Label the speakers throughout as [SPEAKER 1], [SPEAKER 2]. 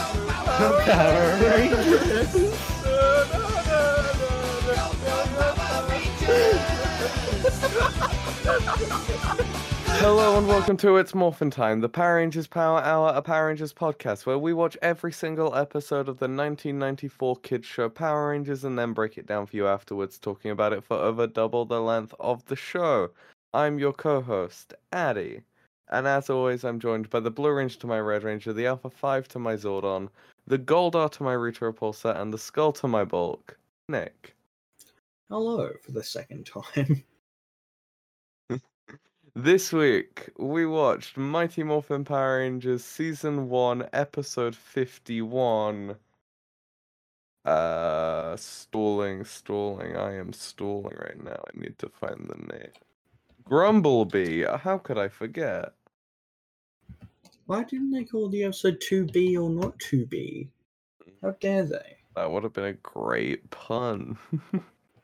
[SPEAKER 1] the Power Rangers.
[SPEAKER 2] Hello and welcome to It's Morphin Time, the Power Rangers Power Hour, a Power Rangers podcast where we watch every single episode of the 1994 kids show Power Rangers and then break it down for you afterwards, talking about it for over double the length of the show. I'm your co-host, Addy, and as always, I'm joined by the Blue Ranger to my Red Ranger, the Alpha Five to my Zordon, the Goldar to my Rita Repulsa, and the Skull to my Bulk, Nick.
[SPEAKER 1] Hello for the second time.
[SPEAKER 2] This week, we watched Mighty Morphin Power Rangers Season 1, Episode 51. Uh, stalling, stalling. I am stalling right now. I need to find the name. Grumblebee. uh, How could I forget?
[SPEAKER 1] Why didn't they call the episode 2B or not 2B? How dare they?
[SPEAKER 2] That would have been a great pun.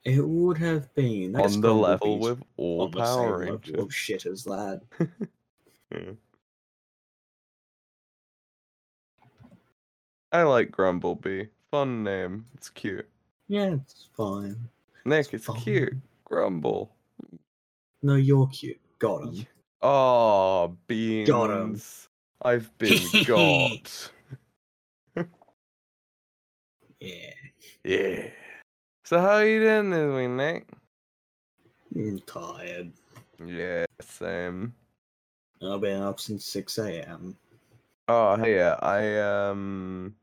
[SPEAKER 1] It would have been. that's
[SPEAKER 2] On the level
[SPEAKER 1] Bumblebee's
[SPEAKER 2] with all
[SPEAKER 1] on the same
[SPEAKER 2] Power
[SPEAKER 1] level
[SPEAKER 2] Rangers.
[SPEAKER 1] of shit as that.
[SPEAKER 2] I like Grumblebee. Fun name. It's cute.
[SPEAKER 1] Yeah, it's fine.
[SPEAKER 2] Nick, it's
[SPEAKER 1] fun.
[SPEAKER 2] cute. Grumble.
[SPEAKER 1] No, you're cute. Got him.
[SPEAKER 2] Ye- Oh, beans.
[SPEAKER 1] Got 'em.
[SPEAKER 2] I've been got.
[SPEAKER 1] Yeah.
[SPEAKER 2] Yeah. So how you doing this week, Nick?
[SPEAKER 1] I'm tired.
[SPEAKER 2] Yeah, same.
[SPEAKER 1] I've been up since 6 a.m.
[SPEAKER 2] Oh, hey, yeah. I um,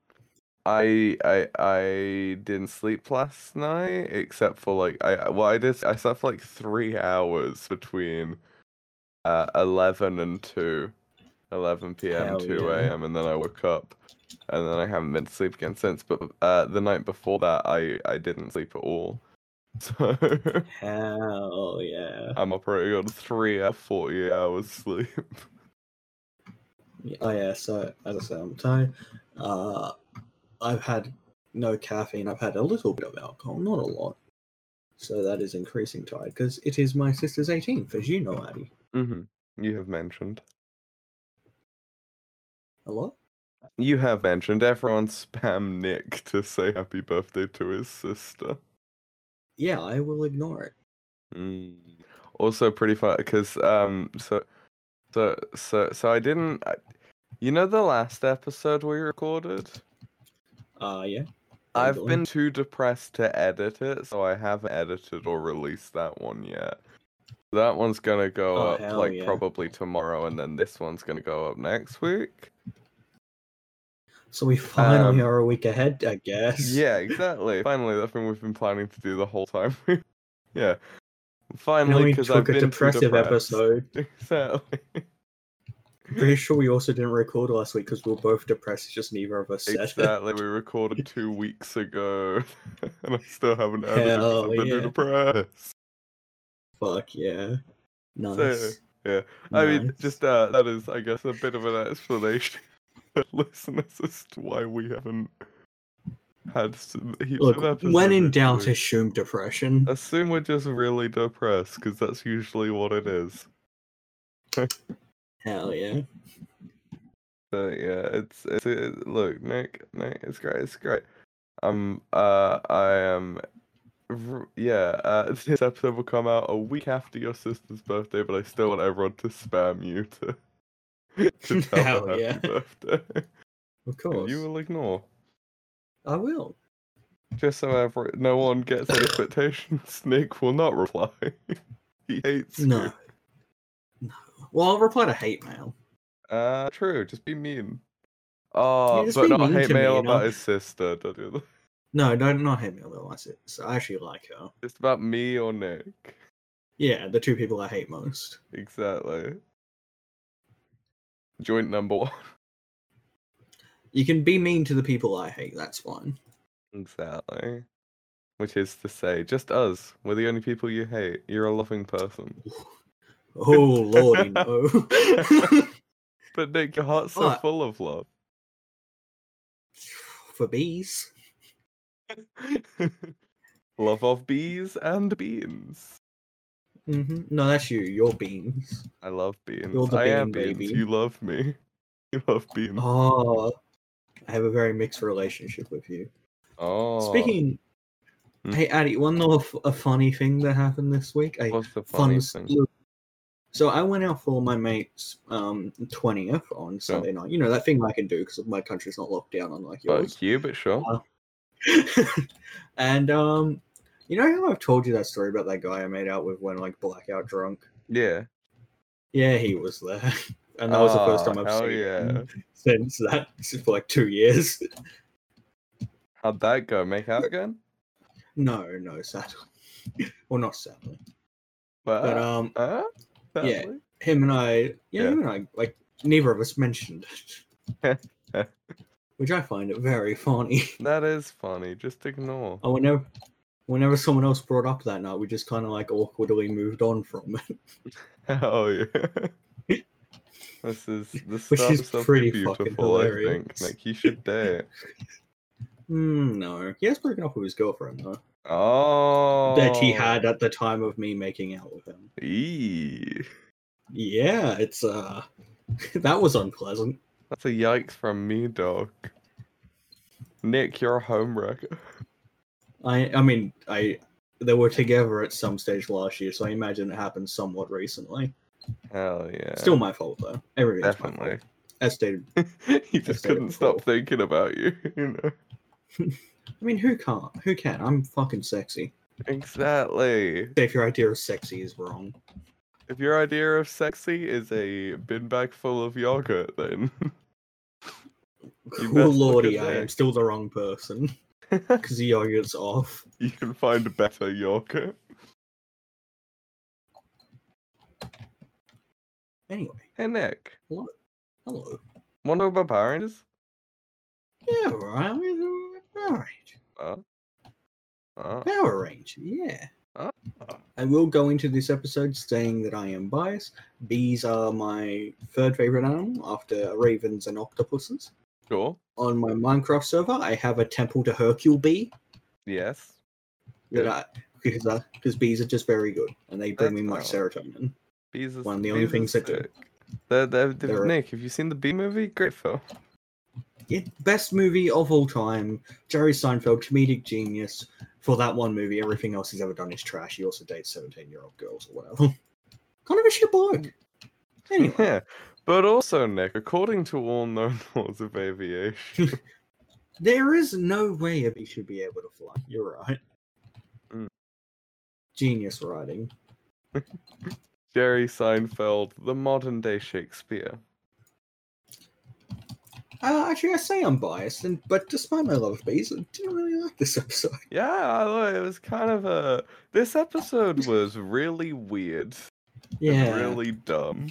[SPEAKER 2] I I I didn't sleep last night except for like I I- well I did I slept for like three hours between uh eleven and two, eleven p.m.
[SPEAKER 1] Hell
[SPEAKER 2] two
[SPEAKER 1] yeah.
[SPEAKER 2] a.m. and then I woke up, and then I haven't been to sleep again since. But uh, the night before that I I didn't sleep at all, so
[SPEAKER 1] Hell yeah.
[SPEAKER 2] I'm operating on three out of forty hours sleep.
[SPEAKER 1] Yeah, Oh yeah, so as I said, I'm tired. Uh, I've had no caffeine. I've had a little bit of alcohol, not a lot. So that is increasing tired because it is my sister's 18th, as you know, Addy.
[SPEAKER 2] Mm-hmm. You have mentioned.
[SPEAKER 1] A lot.
[SPEAKER 2] You have mentioned everyone spam Nick to say happy birthday to his sister.
[SPEAKER 1] Yeah, I will ignore it.
[SPEAKER 2] Mm. Also, pretty fun because um, so, so, so, so I didn't. I, you know the last episode we recorded.
[SPEAKER 1] Uh, yeah. How you
[SPEAKER 2] I've
[SPEAKER 1] doing?
[SPEAKER 2] been too depressed to edit it, so I haven't edited or released that one yet. That one's gonna go
[SPEAKER 1] Oh,
[SPEAKER 2] up
[SPEAKER 1] hell
[SPEAKER 2] like
[SPEAKER 1] yeah.
[SPEAKER 2] probably tomorrow, and then this one's gonna go up next week.
[SPEAKER 1] So we finally
[SPEAKER 2] um,
[SPEAKER 1] are a week ahead, I guess.
[SPEAKER 2] Yeah, exactly. Finally, that thing we've been planning to do the whole time. yeah.
[SPEAKER 1] And then
[SPEAKER 2] Finally,
[SPEAKER 1] we
[SPEAKER 2] because I've
[SPEAKER 1] took
[SPEAKER 2] been
[SPEAKER 1] a
[SPEAKER 2] too
[SPEAKER 1] depressive
[SPEAKER 2] depressed.
[SPEAKER 1] episode.
[SPEAKER 2] Exactly.
[SPEAKER 1] Pretty sure we also didn't record last week because we were both depressed. It's just neither of us said it.
[SPEAKER 2] Exactly. We recorded two weeks ago, and I still haven't edited because
[SPEAKER 1] Hell
[SPEAKER 2] I've been too
[SPEAKER 1] yeah.
[SPEAKER 2] depressed.
[SPEAKER 1] Fuck yeah. Nice.
[SPEAKER 2] yeah, I mean,
[SPEAKER 1] Nice.
[SPEAKER 2] just uh, that is, I guess, a bit of an explanation for listeners as to why we haven't had s- heaps of
[SPEAKER 1] Look,
[SPEAKER 2] episodes
[SPEAKER 1] when in
[SPEAKER 2] this
[SPEAKER 1] doubt,
[SPEAKER 2] week.
[SPEAKER 1] assume depression.
[SPEAKER 2] Assume we're just really depressed, because that's usually what it is.
[SPEAKER 1] Hell yeah.
[SPEAKER 2] So yeah, it's it's it, look, Nick, Nick, it's great, it's great. Um, uh, I am, r- yeah. Uh, this episode will come out a week after your sister's birthday, but I still want everyone to spam you to to tell her
[SPEAKER 1] Hell
[SPEAKER 2] happy
[SPEAKER 1] yeah.
[SPEAKER 2] birthday. and
[SPEAKER 1] Of course.
[SPEAKER 2] you will ignore,
[SPEAKER 1] I will.
[SPEAKER 2] just so every no one gets expectations. Nick will not reply. he hates
[SPEAKER 1] No. No. Well, I'll reply to hate mail.
[SPEAKER 2] you. Uh, true. Just be mean. Oh,
[SPEAKER 1] just
[SPEAKER 2] but
[SPEAKER 1] be
[SPEAKER 2] not
[SPEAKER 1] mean
[SPEAKER 2] hate
[SPEAKER 1] to me,
[SPEAKER 2] mail
[SPEAKER 1] you know?
[SPEAKER 2] about his sister. Don't do that.
[SPEAKER 1] No, no, not hate mail. Though. I said- so I actually like her.
[SPEAKER 2] Just about me or Nick.
[SPEAKER 1] Yeah, the two people I hate most.
[SPEAKER 2] Exactly. Joint number one.
[SPEAKER 1] You can be mean to the people I hate. That's fine.
[SPEAKER 2] Exactly. Which is to say, just us. We're the only people you hate. You're a loving person.
[SPEAKER 1] Oh lordy, no.
[SPEAKER 2] But Nick, your heart's so
[SPEAKER 1] What?
[SPEAKER 2] full of love.
[SPEAKER 1] For bees.
[SPEAKER 2] love of bees and beans.
[SPEAKER 1] hmm No, that's you. You're beans.
[SPEAKER 2] I love beans.
[SPEAKER 1] You're the
[SPEAKER 2] I am
[SPEAKER 1] bean Oh,
[SPEAKER 2] beans.
[SPEAKER 1] baby.
[SPEAKER 2] Mm-hmm. You love me. You love beans.
[SPEAKER 1] Oh, I have a very mixed relationship with you.
[SPEAKER 2] Oh.
[SPEAKER 1] Speaking,
[SPEAKER 2] Hmm.
[SPEAKER 1] hey Addy, one more f- a funny thing that happened this week. A
[SPEAKER 2] What's the
[SPEAKER 1] fun
[SPEAKER 2] funny thing?
[SPEAKER 1] slew. So I went out for my mate's um twentieth on
[SPEAKER 2] Sure.
[SPEAKER 1] Sunday night. You know that thing I can do because my country's not locked down unlike yours.
[SPEAKER 2] Fuck you, but sure.
[SPEAKER 1] Uh, and um, you know how I've told you that story about that guy I made out with when like blackout drunk.
[SPEAKER 2] yeah.
[SPEAKER 1] Yeah, he was there, and that was the first
[SPEAKER 2] Ah,
[SPEAKER 1] time I've
[SPEAKER 2] hell
[SPEAKER 1] seen
[SPEAKER 2] yeah.
[SPEAKER 1] him since that for like two years.
[SPEAKER 2] How'd that go? Make out again?
[SPEAKER 1] No, no, sadly, well, not sadly,
[SPEAKER 2] But,
[SPEAKER 1] but um,
[SPEAKER 2] uh,
[SPEAKER 1] yeah. him and I, yeah,
[SPEAKER 2] Yeah.
[SPEAKER 1] him and I, like neither of us mentioned it, which I find it very funny.
[SPEAKER 2] That is funny. Just ignore.
[SPEAKER 1] And whenever, whenever someone else brought up that night, we just kind of like awkwardly moved on from it,
[SPEAKER 2] Oh yeah. this is the
[SPEAKER 1] Which
[SPEAKER 2] stuff
[SPEAKER 1] is
[SPEAKER 2] stuff
[SPEAKER 1] pretty fucking
[SPEAKER 2] beautiful, I think.
[SPEAKER 1] hilarious.
[SPEAKER 2] Like you should date.
[SPEAKER 1] Hmm, no, he has broken up with his girlfriend though
[SPEAKER 2] Oh
[SPEAKER 1] that he had at the time of me making out with him.
[SPEAKER 2] Eee.
[SPEAKER 1] Yeah, it's uh, that was unpleasant.
[SPEAKER 2] That's a yikes from me, dog. Nick, you're a homewrecker.
[SPEAKER 1] I I mean I they were together at some stage last year, so I imagine it happened somewhat recently.
[SPEAKER 2] Hell yeah.
[SPEAKER 1] Still my fault though. Everything's my
[SPEAKER 2] definitely.
[SPEAKER 1] fault. As stated.
[SPEAKER 2] he
[SPEAKER 1] That's
[SPEAKER 2] just
[SPEAKER 1] very
[SPEAKER 2] couldn't stop
[SPEAKER 1] cool.
[SPEAKER 2] thinking about you, you know.
[SPEAKER 1] I mean who can't? Who can? I'm fucking sexy.
[SPEAKER 2] Exactly.
[SPEAKER 1] If your idea of sexy is wrong.
[SPEAKER 2] If your idea of sexy is a bin bag full of yogurt, then best
[SPEAKER 1] oh
[SPEAKER 2] look
[SPEAKER 1] lordy,
[SPEAKER 2] at
[SPEAKER 1] I am
[SPEAKER 2] that.
[SPEAKER 1] still the wrong person. Because the yogurt's off.
[SPEAKER 2] you can find better yogurt.
[SPEAKER 1] Anyway,
[SPEAKER 2] Hey Nick,
[SPEAKER 1] hello.
[SPEAKER 2] wonder about Power Rangers?
[SPEAKER 1] Yeah, right. Alright.
[SPEAKER 2] Uh,
[SPEAKER 1] Power Ranger, yeah.
[SPEAKER 2] Ah.
[SPEAKER 1] I will go into this episode saying that I am biased. Bees are my third favorite animal after ravens and octopuses.
[SPEAKER 2] sure.
[SPEAKER 1] On my Minecraft server, I have a temple to Hercule bee
[SPEAKER 2] Yes.
[SPEAKER 1] that
[SPEAKER 2] Yeah.
[SPEAKER 1] I, because I, because bees are just very good and they bring
[SPEAKER 2] That's
[SPEAKER 1] me much
[SPEAKER 2] valid.
[SPEAKER 1] serotonin.
[SPEAKER 2] Bees are
[SPEAKER 1] One of the only
[SPEAKER 2] bees are
[SPEAKER 1] things that do.
[SPEAKER 2] sick. They're, they're, they're-
[SPEAKER 1] They're-
[SPEAKER 2] Nick, have you seen the Bee movie? Great film.
[SPEAKER 1] Yeah, best movie of all time. Jerry Seinfeld, comedic genius. For that one movie, everything else he's ever done is trash. He also dates seventeen-year-old girls or whatever. kind of a shit bloke. Anyway.
[SPEAKER 2] Yeah. But also, Nick, according to all known laws of aviation,
[SPEAKER 1] There is no way a bee should be able to fly. You're right.
[SPEAKER 2] Mm.
[SPEAKER 1] Genius writing.
[SPEAKER 2] Jerry Seinfeld, the modern day Shakespeare.
[SPEAKER 1] Uh, actually, I say I'm biased, and but despite my love of bees, I didn't really like this episode.
[SPEAKER 2] Yeah, I thought it was kind of a. This episode was really weird. and
[SPEAKER 1] Yeah,
[SPEAKER 2] Really dumb.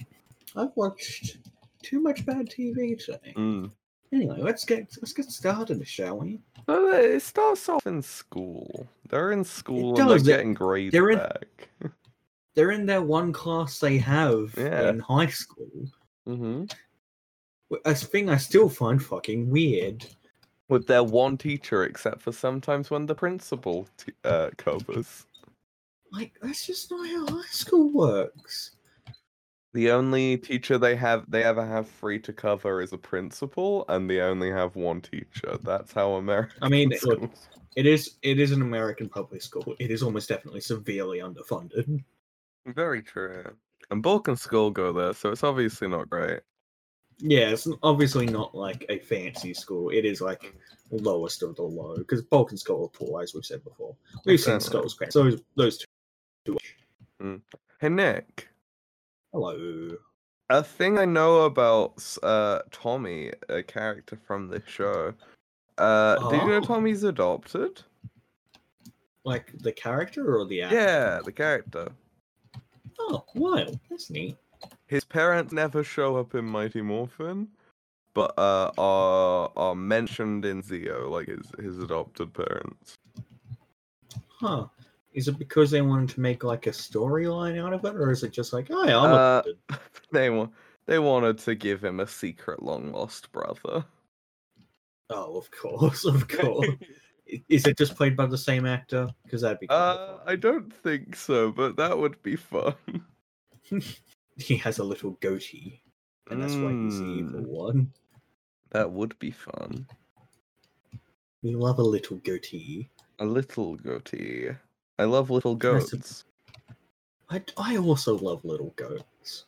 [SPEAKER 1] I've watched too much bad TV today.
[SPEAKER 2] Mm.
[SPEAKER 1] Anyway, let's get let's get started, shall we?
[SPEAKER 2] So they- uh, it starts off in school. They're in school and
[SPEAKER 1] does,
[SPEAKER 2] they're
[SPEAKER 1] they-
[SPEAKER 2] getting grades
[SPEAKER 1] they're in-
[SPEAKER 2] back.
[SPEAKER 1] They're in their one class they have
[SPEAKER 2] Yeah.
[SPEAKER 1] in high school.
[SPEAKER 2] hmm
[SPEAKER 1] wh- A thing I still find fucking weird.
[SPEAKER 2] With their one teacher, except for sometimes when the principal t- uh, covers.
[SPEAKER 1] Like that's just not how high school works.
[SPEAKER 2] The only teacher they have they ever have free to cover is a principal, and they only have one teacher. That's how American
[SPEAKER 1] I mean, look,
[SPEAKER 2] schools.
[SPEAKER 1] It is it is an American public school. It is almost definitely severely underfunded.
[SPEAKER 2] Very true. And Bulk and Skull go there, so it's obviously not great.
[SPEAKER 1] Yeah, it's n- obviously not like a fancy school. It is like lowest of the low because Balkan Skull are poor, as we've said before. We've seen
[SPEAKER 2] Exactly.
[SPEAKER 1] Skull's parents. Those those two.
[SPEAKER 2] Hey Nick,
[SPEAKER 1] Hello.
[SPEAKER 2] a thing I know about s- uh Tommy, a character from this show. Uh, did you know
[SPEAKER 1] Oh.
[SPEAKER 2] Tommy's adopted?
[SPEAKER 1] Like the character or the actor?
[SPEAKER 2] Yeah, the character.
[SPEAKER 1] Oh, wild. That's neat.
[SPEAKER 2] His parents never show up in Mighty Morphin, but uh, are are mentioned in Zio, like his his adopted parents.
[SPEAKER 1] Huh. Is it because they wanted to make like a storyline out of it, or is it just like, oh, yeah, I'm
[SPEAKER 2] Uh,
[SPEAKER 1] adopted?
[SPEAKER 2] They wa- they wanted to give him a secret long lost brother.
[SPEAKER 1] Oh, of course, of course. I- is it just played by the same actor? Because that'd be. kinda
[SPEAKER 2] Uh,
[SPEAKER 1] fun.
[SPEAKER 2] I don't think so, but that would be fun.
[SPEAKER 1] he has a little goatee, and that's why he's the evil
[SPEAKER 2] Mm.
[SPEAKER 1] one.
[SPEAKER 2] That would be fun.
[SPEAKER 1] We love a little goatee.
[SPEAKER 2] A little goatee. I love little
[SPEAKER 1] That's a-
[SPEAKER 2] goats.
[SPEAKER 1] I, I also love little goats.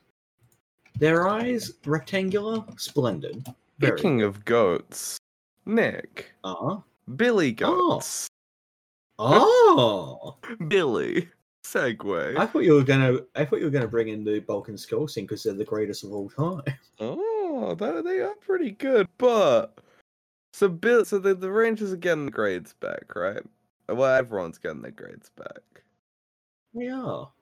[SPEAKER 1] Their eyes, rectangular, splendid. Very.
[SPEAKER 2] Speaking of goats, Nick,
[SPEAKER 1] Ah.
[SPEAKER 2] Billy
[SPEAKER 1] Oh.
[SPEAKER 2] goats.
[SPEAKER 1] Oh!
[SPEAKER 2] Billy. Segway.
[SPEAKER 1] I thought you were gonna. I thought you were gonna bring in the Balkan Skull Sing because they're the greatest of all time.
[SPEAKER 2] Oh, that, they are pretty good, but so Bill, so the, the Rangers are getting the grades back, right? Well, everyone's getting their grades back.
[SPEAKER 1] They are.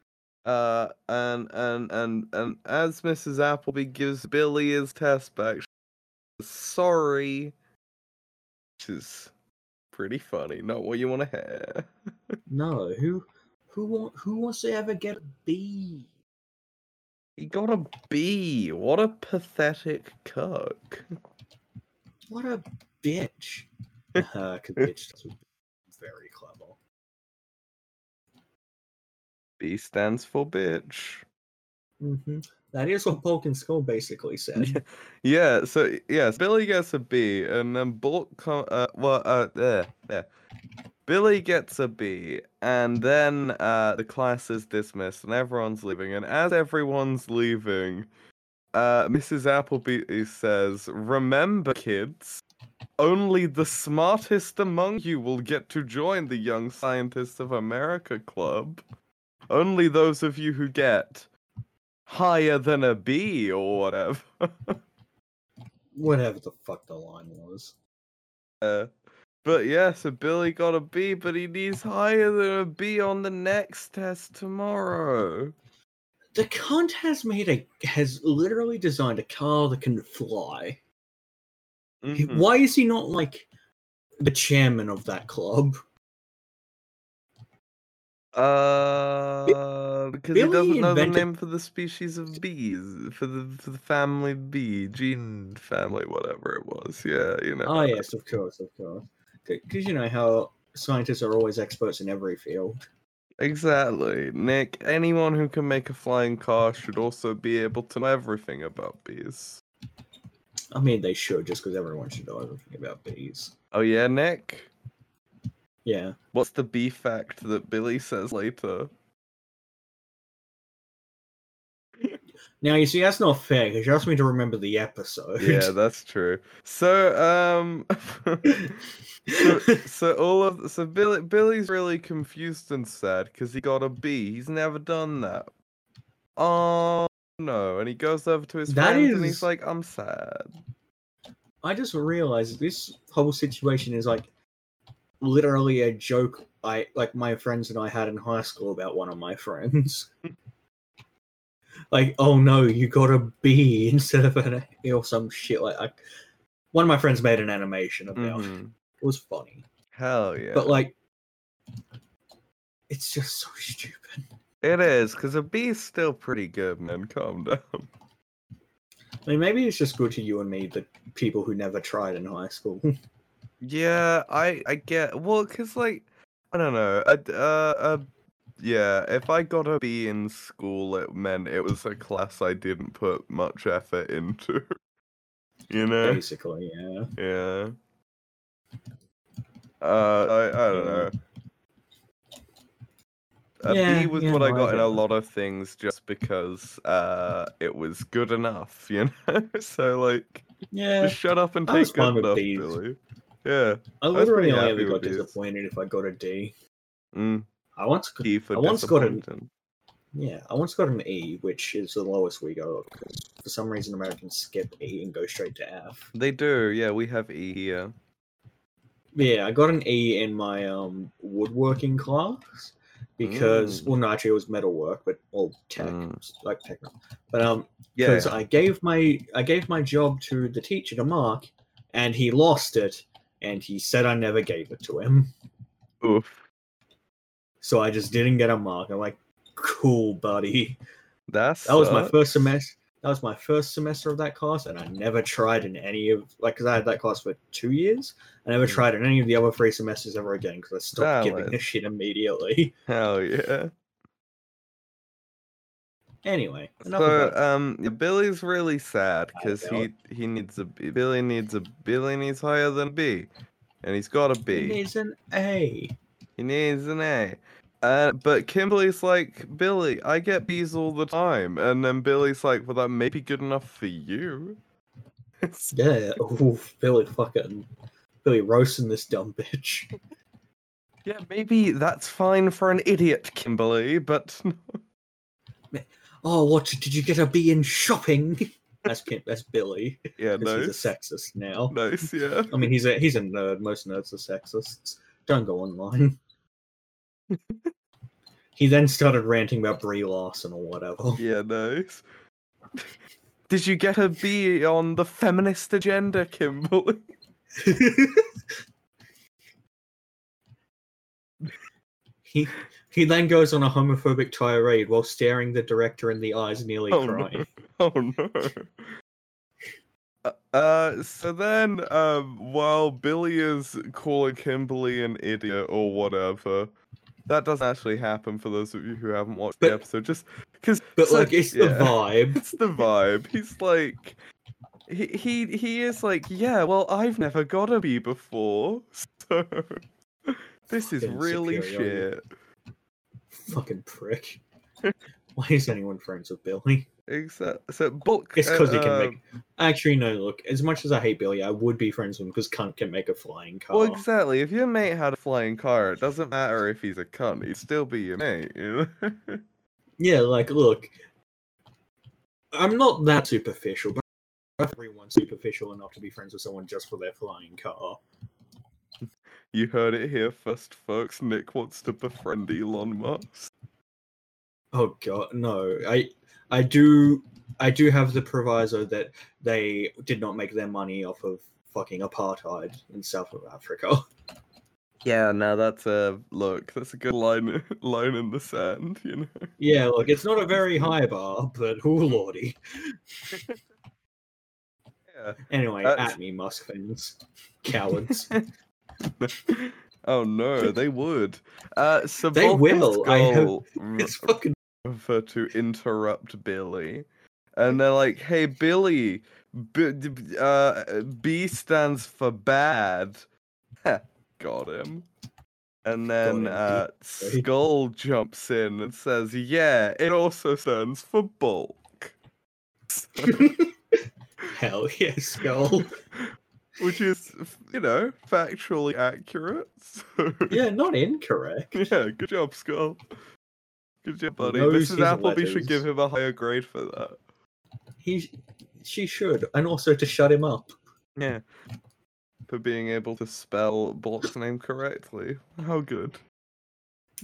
[SPEAKER 2] Uh, and and and and as Mrs. Appleby gives Billy his test back, she says, sorry, which is pretty funny. Not what you want to hear.
[SPEAKER 1] No, who, who want, who wants to ever get a B?
[SPEAKER 2] He got a B. What a pathetic cook.
[SPEAKER 1] What a bitch. Because bitch is very clever.
[SPEAKER 2] B stands for bitch.
[SPEAKER 1] hmm That is what Balkan Skull basically said.
[SPEAKER 2] Yeah. Yeah, so yes, Billy gets a B, and then Bulk com- uh, well, uh, there, there. Billy gets a B, and then uh, the class is dismissed, and everyone's leaving. And as everyone's leaving, uh, Mrs. Appleby says, "Remember, kids, only the smartest among you will get to join the Young Scientists of America Club. Only those of you who get higher than a B or whatever."
[SPEAKER 1] Whatever the fuck the line was.
[SPEAKER 2] Uh, but yeah, so Billy got a B, but he needs higher than a B on the next test tomorrow.
[SPEAKER 1] The cunt has made a has literally designed a car that can fly. He-
[SPEAKER 2] Mhm.
[SPEAKER 1] Why is he not like the chairman of that club?
[SPEAKER 2] Uh, because he
[SPEAKER 1] Billy
[SPEAKER 2] doesn't know the
[SPEAKER 1] invented-
[SPEAKER 2] name for the species of bees, for the for the family bee, gene family, whatever it was. Yeah, you know.
[SPEAKER 1] Oh yes, of course, of course. Because you know how scientists are always experts in every field.
[SPEAKER 2] Exactly, Nick. Anyone who can make a flying car should also be able to know everything about bees.
[SPEAKER 1] I mean, they should just because everyone should know everything about bees.
[SPEAKER 2] Oh yeah, Nick.
[SPEAKER 1] Yeah.
[SPEAKER 2] What's the bee fact that Billy says later?
[SPEAKER 1] Now you see, that's not fair because you asked me to remember the episode.
[SPEAKER 2] yeah, that's true. So, um, so, so all of so Billy Billy's really confused and sad because he got a B. He's never done that. Oh no! And he goes over to his
[SPEAKER 1] That
[SPEAKER 2] friends and
[SPEAKER 1] is-
[SPEAKER 2] he's like, "I'm sad."
[SPEAKER 1] I just realized this whole situation is like literally a joke. I like my friends and I had in high school about one of my friends. like, oh no, you got a B instead of an A or some shit. Like, I, one of my friends made an animation about it.
[SPEAKER 2] Mhm.
[SPEAKER 1] It was funny,
[SPEAKER 2] Hell yeah!
[SPEAKER 1] but like, it's just so stupid.
[SPEAKER 2] it is because a B's still pretty good, man. Calm down.
[SPEAKER 1] I mean, maybe it's just good to you and me, the people who never tried in high school.
[SPEAKER 2] Yeah, I I get well, cause like I don't know, I d- uh uh, yeah, if I got a B in school, it meant it was a class I didn't put much effort into. You know?
[SPEAKER 1] Basically, yeah.
[SPEAKER 2] Yeah. Uh, I I don't know. A B
[SPEAKER 1] Yeah,
[SPEAKER 2] was
[SPEAKER 1] yeah,
[SPEAKER 2] what I
[SPEAKER 1] no, I
[SPEAKER 2] got in
[SPEAKER 1] get
[SPEAKER 2] a
[SPEAKER 1] that.
[SPEAKER 2] lot of things just because uh it was good enough, you know? So like,
[SPEAKER 1] Yeah.
[SPEAKER 2] just shut up and
[SPEAKER 1] I was
[SPEAKER 2] take good
[SPEAKER 1] fine with
[SPEAKER 2] enough,
[SPEAKER 1] Bs.
[SPEAKER 2] Billy. Yeah.
[SPEAKER 1] I
[SPEAKER 2] was pretty
[SPEAKER 1] literally only
[SPEAKER 2] happy
[SPEAKER 1] ever got
[SPEAKER 2] with these.
[SPEAKER 1] disappointed if I got a D.
[SPEAKER 2] Mm.
[SPEAKER 1] I once got,
[SPEAKER 2] D for
[SPEAKER 1] I once got an-
[SPEAKER 2] disappointing.
[SPEAKER 1] yeah, I once got an E, which is the lowest we go. 'cause for some reason, Americans skip E and go straight to F.
[SPEAKER 2] They do, yeah. We have E here.
[SPEAKER 1] Yeah, I got an E in my um woodworking class because
[SPEAKER 2] Mm.
[SPEAKER 1] well, no, actually it was metalwork, but all tech,
[SPEAKER 2] Mm.
[SPEAKER 1] like tech. But um,
[SPEAKER 2] Yeah,
[SPEAKER 1] because I gave my I gave my job to the teacher to mark, and he lost it, and he said I never gave it to him.
[SPEAKER 2] yeah. Oof.
[SPEAKER 1] So I just didn't get a mark. I'm like, cool, buddy.
[SPEAKER 2] That's
[SPEAKER 1] That was my first semester. That was my first semester of that class, and I never tried in any of like because I had that class for two years. I never
[SPEAKER 2] Mm.
[SPEAKER 1] tried in any of the other three semesters ever again because I stopped giving
[SPEAKER 2] Valid.
[SPEAKER 1] this shit immediately.
[SPEAKER 2] Hell yeah.
[SPEAKER 1] Anyway, enough
[SPEAKER 2] So
[SPEAKER 1] about
[SPEAKER 2] um yeah, Billy's really sad
[SPEAKER 1] I
[SPEAKER 2] because
[SPEAKER 1] know
[SPEAKER 2] he he needs a B Billy needs a Billy needs higher than B. and he's got a B.
[SPEAKER 1] It is an A.
[SPEAKER 2] He needs an A. Uh, but Kimberly's like, Billy, I get B's all the time. And then Billy's like, well, that may be good enough for you. It's-
[SPEAKER 1] Yeah. Ooh, Billy fucking Billy roasting this dumb bitch.
[SPEAKER 2] yeah, maybe that's fine for an idiot, Kimberly, but
[SPEAKER 1] Oh, what did you get a B in shopping? That's Kim, that's Billy.
[SPEAKER 2] yeah,
[SPEAKER 1] 'cause
[SPEAKER 2] nice.
[SPEAKER 1] He's a sexist now.
[SPEAKER 2] Nice, yeah.
[SPEAKER 1] I mean, he's a he's a nerd. Most nerds are sexists. Don't go online. he then started ranting about Brie Larson or whatever.
[SPEAKER 2] Yeah, nice. Did you get a B on the feminist agenda, Kimberly?
[SPEAKER 1] he he then goes on a homophobic tirade while staring the director in the eyes, nearly
[SPEAKER 2] Oh, no.
[SPEAKER 1] crying.
[SPEAKER 2] Oh no. Uh, Uh, so then, um, while Billy is calling Kimberly an idiot or whatever, that doesn't actually happen for those of you who haven't watched the
[SPEAKER 1] But-
[SPEAKER 2] episode. Just because,
[SPEAKER 1] But like, it's the vibe.
[SPEAKER 2] It's the vibe. He's like, he he he is like, yeah. Well, I've never got a B before, so this is
[SPEAKER 1] Fucking
[SPEAKER 2] really
[SPEAKER 1] superiority.
[SPEAKER 2] shit.
[SPEAKER 1] Fucking prick. Why is anyone friends with Billy?
[SPEAKER 2] Except so bulk.
[SPEAKER 1] It's
[SPEAKER 2] uh,
[SPEAKER 1] because he can
[SPEAKER 2] uh,
[SPEAKER 1] make. Actually, no. Look, as much as I hate Billy, I would be friends with him because cunt can make a flying car.
[SPEAKER 2] Well, exactly. If your mate had a flying car, it doesn't matter if he's a cunt. He'd still be your mate. You know?
[SPEAKER 1] Yeah, like, look, I'm not that superficial, but everyone's superficial enough to be friends with someone just for their flying car.
[SPEAKER 2] you heard it here first, folks. Nick wants to befriend Elon Musk.
[SPEAKER 1] Oh god, no. I I do I do have the proviso that they did not make their money off of fucking apartheid in South Africa.
[SPEAKER 2] Yeah, now that's a look. That's a good line, line in the sand. You know.
[SPEAKER 1] yeah, look, it's not a very high bar, but oh lordy.
[SPEAKER 2] Yeah.
[SPEAKER 1] Anyway,
[SPEAKER 2] Uh,
[SPEAKER 1] at me, Musk fans. Cowards.
[SPEAKER 2] oh no, they would. Uh, so
[SPEAKER 1] They
[SPEAKER 2] Vulcan's
[SPEAKER 1] will, I have-
[SPEAKER 2] goal r-
[SPEAKER 1] it's fucking
[SPEAKER 2] for to interrupt Billy, and they're like, "Hey Billy, B, d- b- uh, B stands for bad." Heh, Got him. And then
[SPEAKER 1] him, dude.
[SPEAKER 2] uh,
[SPEAKER 1] Sorry.
[SPEAKER 2] Skull jumps in and says, "Yeah, it also stands for bulk,"
[SPEAKER 1] hell yeah, skull.
[SPEAKER 2] which is, you know, factually accurate. So,
[SPEAKER 1] yeah, not incorrect.
[SPEAKER 2] yeah, good job, Skull. Good job, buddy.
[SPEAKER 1] Knows
[SPEAKER 2] Mrs.
[SPEAKER 1] his
[SPEAKER 2] Appleby should give
[SPEAKER 1] letters.
[SPEAKER 2] him a higher grade for that.
[SPEAKER 1] He, she should, and also to shut him up.
[SPEAKER 2] Yeah. For being able to spell Block's name correctly. How good.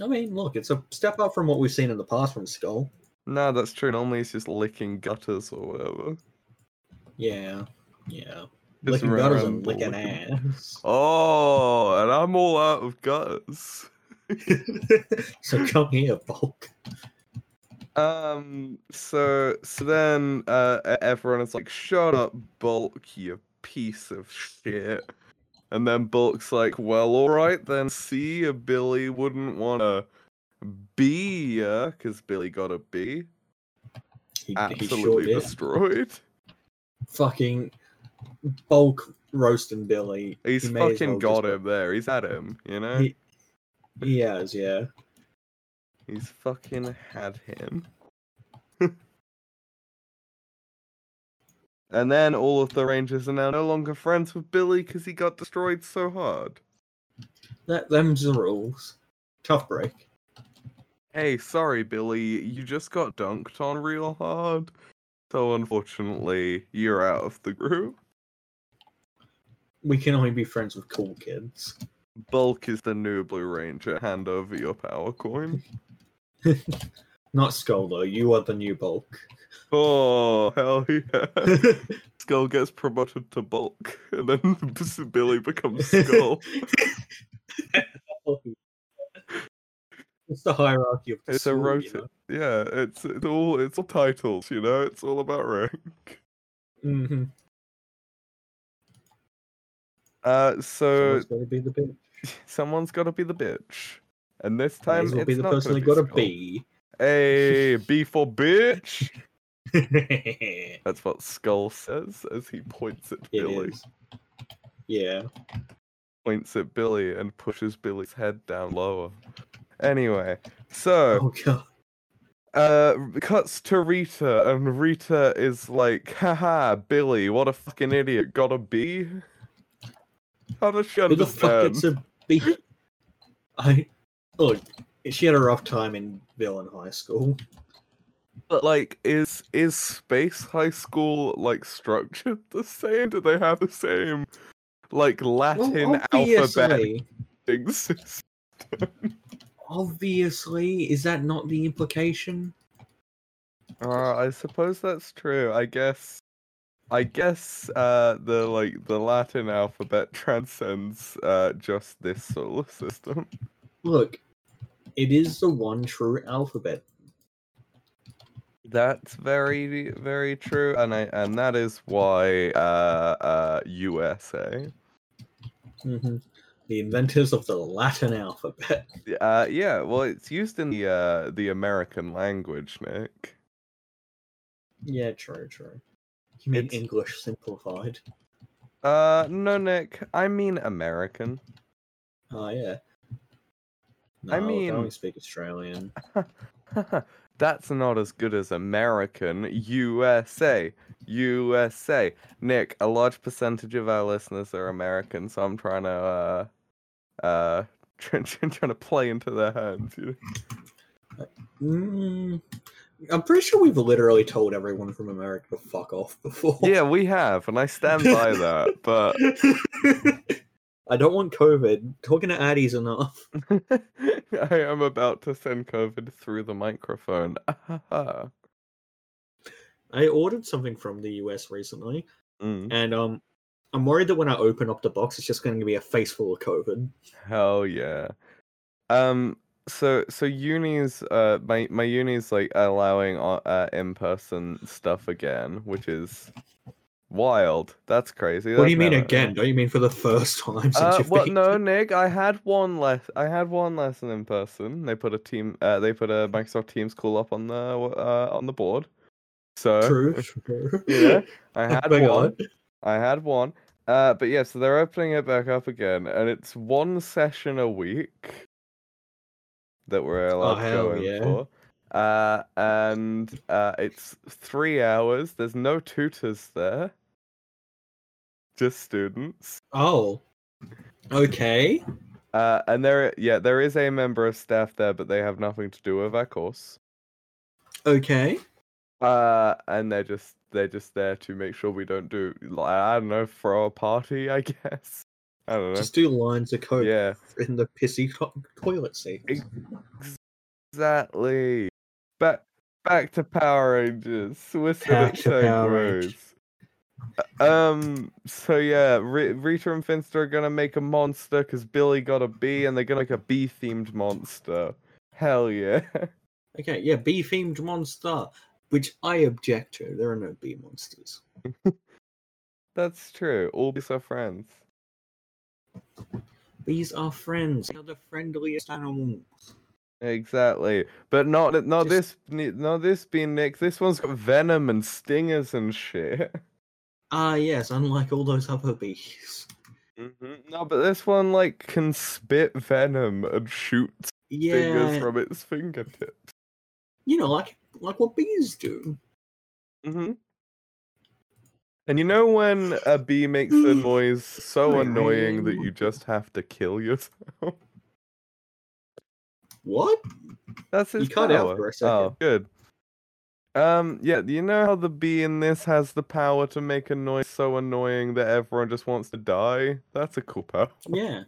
[SPEAKER 1] I mean, look, it's a step up from what we've seen in the past from Skull.
[SPEAKER 2] No, that's true. Normally he's just licking gutters or whatever.
[SPEAKER 1] Yeah, yeah.
[SPEAKER 2] Just
[SPEAKER 1] Licking
[SPEAKER 2] run
[SPEAKER 1] gutters
[SPEAKER 2] around
[SPEAKER 1] and licking
[SPEAKER 2] licking-
[SPEAKER 1] ass.
[SPEAKER 2] Oh, and I'm all out of gutters.
[SPEAKER 1] so come here, Bulk.
[SPEAKER 2] Um, so so then uh, e- everyone is like, "Shut up, Bulk, you piece of shit." And then Bulk's like, "Well, all right then. See, ya, Billy wouldn't want to be ya, because Billy got a B.
[SPEAKER 1] He, he sure
[SPEAKER 2] Absolutely
[SPEAKER 1] did.
[SPEAKER 2] destroyed.
[SPEAKER 1] Fucking Bulk roasting Billy.
[SPEAKER 2] He's
[SPEAKER 1] He may as
[SPEAKER 2] fucking
[SPEAKER 1] well
[SPEAKER 2] got
[SPEAKER 1] just-
[SPEAKER 2] him there. He's at him. You know,
[SPEAKER 1] He- He has, yeah.
[SPEAKER 2] he's fucking had him." And then all of the Rangers are now no longer friends with Billy because he got destroyed so hard.
[SPEAKER 1] That them's the rules. Tough break.
[SPEAKER 2] Hey, sorry, Billy, you just got dunked on real hard. So unfortunately, you're out of the group.
[SPEAKER 1] We can only be friends with cool kids.
[SPEAKER 2] Bulk is the new Blue Ranger. Hand over your power coin.
[SPEAKER 1] Not Skull though. You are the new Bulk.
[SPEAKER 2] Oh, hell yeah. Skull gets promoted to Bulk, and then Billy becomes Skull.
[SPEAKER 1] it's the hierarchy of. the
[SPEAKER 2] It's a
[SPEAKER 1] school, you
[SPEAKER 2] rota.
[SPEAKER 1] know?
[SPEAKER 2] Yeah, it's it's all it's all titles, you know. It's all about rank.
[SPEAKER 1] Mhm.
[SPEAKER 2] Uh, so
[SPEAKER 1] Someone's gotta be the bitch.
[SPEAKER 2] someone's got to be the bitch, and this
[SPEAKER 1] Might
[SPEAKER 2] time
[SPEAKER 1] as well
[SPEAKER 2] it's
[SPEAKER 1] be the
[SPEAKER 2] not
[SPEAKER 1] person
[SPEAKER 2] gonna
[SPEAKER 1] that
[SPEAKER 2] be
[SPEAKER 1] got a
[SPEAKER 2] Skull.
[SPEAKER 1] B.
[SPEAKER 2] Hey, B for bitch. That's what Skull says as he points at
[SPEAKER 1] It
[SPEAKER 2] Billy.
[SPEAKER 1] is. Yeah.
[SPEAKER 2] points at Billy and pushes Billy's head down lower. Anyway, so
[SPEAKER 1] Oh god.
[SPEAKER 2] uh
[SPEAKER 1] Oh.
[SPEAKER 2] cuts to Rita and Rita is like, haha, Billy, what a fucking idiot. Got a B? How does she
[SPEAKER 1] Who the fuck
[SPEAKER 2] understand?
[SPEAKER 1] gets a B? I look. She had a rough time in Villain High School.
[SPEAKER 2] But like is is space high school like structured the same? Do they have the same like Latin alphabet
[SPEAKER 1] obviously,
[SPEAKER 2] things?
[SPEAKER 1] obviously, is that not the implication?
[SPEAKER 2] Uh, I suppose that's true. I guess, I guess, uh, the like the Latin alphabet transcends uh just this solar system.
[SPEAKER 1] Look, it is the one true alphabet.
[SPEAKER 2] That's very, very true, and I and that is why uh uh USA.
[SPEAKER 1] hmm The inventors of the Latin alphabet.
[SPEAKER 2] Uh, yeah. Well, it's used in the uh the American language, Nick.
[SPEAKER 1] Yeah, true, true. You mean
[SPEAKER 2] It's-
[SPEAKER 1] English simplified?
[SPEAKER 2] Uh, no, Nick. I mean American.
[SPEAKER 1] Oh yeah.
[SPEAKER 2] I
[SPEAKER 1] No,
[SPEAKER 2] mean-
[SPEAKER 1] I only speak Australian.
[SPEAKER 2] That's not as good as American. USA. USA. Nick, a large percentage of our listeners are American, so I'm trying to uh uh trying, trying to play into their hands. You know?
[SPEAKER 1] Mm, I'm pretty sure we've literally told everyone from America to fuck off before.
[SPEAKER 2] Yeah, we have, and I stand by that, but
[SPEAKER 1] I don't want COVID. Talking to Addie's enough.
[SPEAKER 2] I am about to send COVID through the microphone.
[SPEAKER 1] I ordered something from the US recently,
[SPEAKER 2] Mm,
[SPEAKER 1] and um, I'm worried that when I open up the box, it's just going to be a face full of COVID.
[SPEAKER 2] hell yeah. Um so so uni's uh my my uni's like allowing o- uh in-person stuff again which is wild that's crazy
[SPEAKER 1] what
[SPEAKER 2] that
[SPEAKER 1] do you mean
[SPEAKER 2] never-
[SPEAKER 1] again? Don't you mean for the first time since
[SPEAKER 2] uh,
[SPEAKER 1] you've
[SPEAKER 2] well
[SPEAKER 1] been?
[SPEAKER 2] no nick i had one less i had one lesson in person they put a team uh they put a microsoft teams call up on the uh on the board so
[SPEAKER 1] True. true.
[SPEAKER 2] yeah i had
[SPEAKER 1] Oh my
[SPEAKER 2] one
[SPEAKER 1] God.
[SPEAKER 2] I had one. Uh, but yeah, so they're opening it back up again, and it's one session a week that we're allowed to go
[SPEAKER 1] Oh, hell
[SPEAKER 2] in
[SPEAKER 1] yeah.
[SPEAKER 2] for. Uh, and uh, it's three hours. There's no tutors there, just students.
[SPEAKER 1] Oh. Okay.
[SPEAKER 2] Uh, and there, yeah, there is a member of staff there, but they have nothing to do with our course.
[SPEAKER 1] Okay.
[SPEAKER 2] Uh, and they're just they're just there to make sure we don't do like I don't know throw a party, I guess. I don't know.
[SPEAKER 1] Just do lines of code
[SPEAKER 2] yeah.
[SPEAKER 1] in the pissy to- toilet seat.
[SPEAKER 2] Ex- Exactly. Back back to Power Rangers. We're still
[SPEAKER 1] Back
[SPEAKER 2] at
[SPEAKER 1] to
[SPEAKER 2] Shane
[SPEAKER 1] Power
[SPEAKER 2] Rose.
[SPEAKER 1] Rangers.
[SPEAKER 2] Um. So yeah, Ri- Rita and Finster are gonna make a monster because Billy got a bee, and they're gonna make a bee-themed monster. Hell yeah!
[SPEAKER 1] Okay, yeah, bee themed monster, which I object to. There are no bee monsters.
[SPEAKER 2] That's true. All bees are friends.
[SPEAKER 1] Bees are friends. They are the friendliest animals.
[SPEAKER 2] Exactly, but not not this
[SPEAKER 1] Just-
[SPEAKER 2] ne- not this bee, Nick. This one's got venom and stingers and shit.
[SPEAKER 1] Ah, yes, unlike all those other bees.
[SPEAKER 2] Mhm. No, but this one like can spit venom and shoot fingers
[SPEAKER 1] Yeah,
[SPEAKER 2] from its fingertips.
[SPEAKER 1] you know, like like what bees do.
[SPEAKER 2] Mm-hmm. And you know when a bee makes a noise so annoying that you just have to kill yourself?
[SPEAKER 1] What?
[SPEAKER 2] That's
[SPEAKER 1] You
[SPEAKER 2] its
[SPEAKER 1] cut out
[SPEAKER 2] power.
[SPEAKER 1] for a second.
[SPEAKER 2] Oh, good. Um, yeah, you know how the bee in this has the power to make a noise so annoying that everyone just wants to die? That's a cool power.
[SPEAKER 1] Yeah,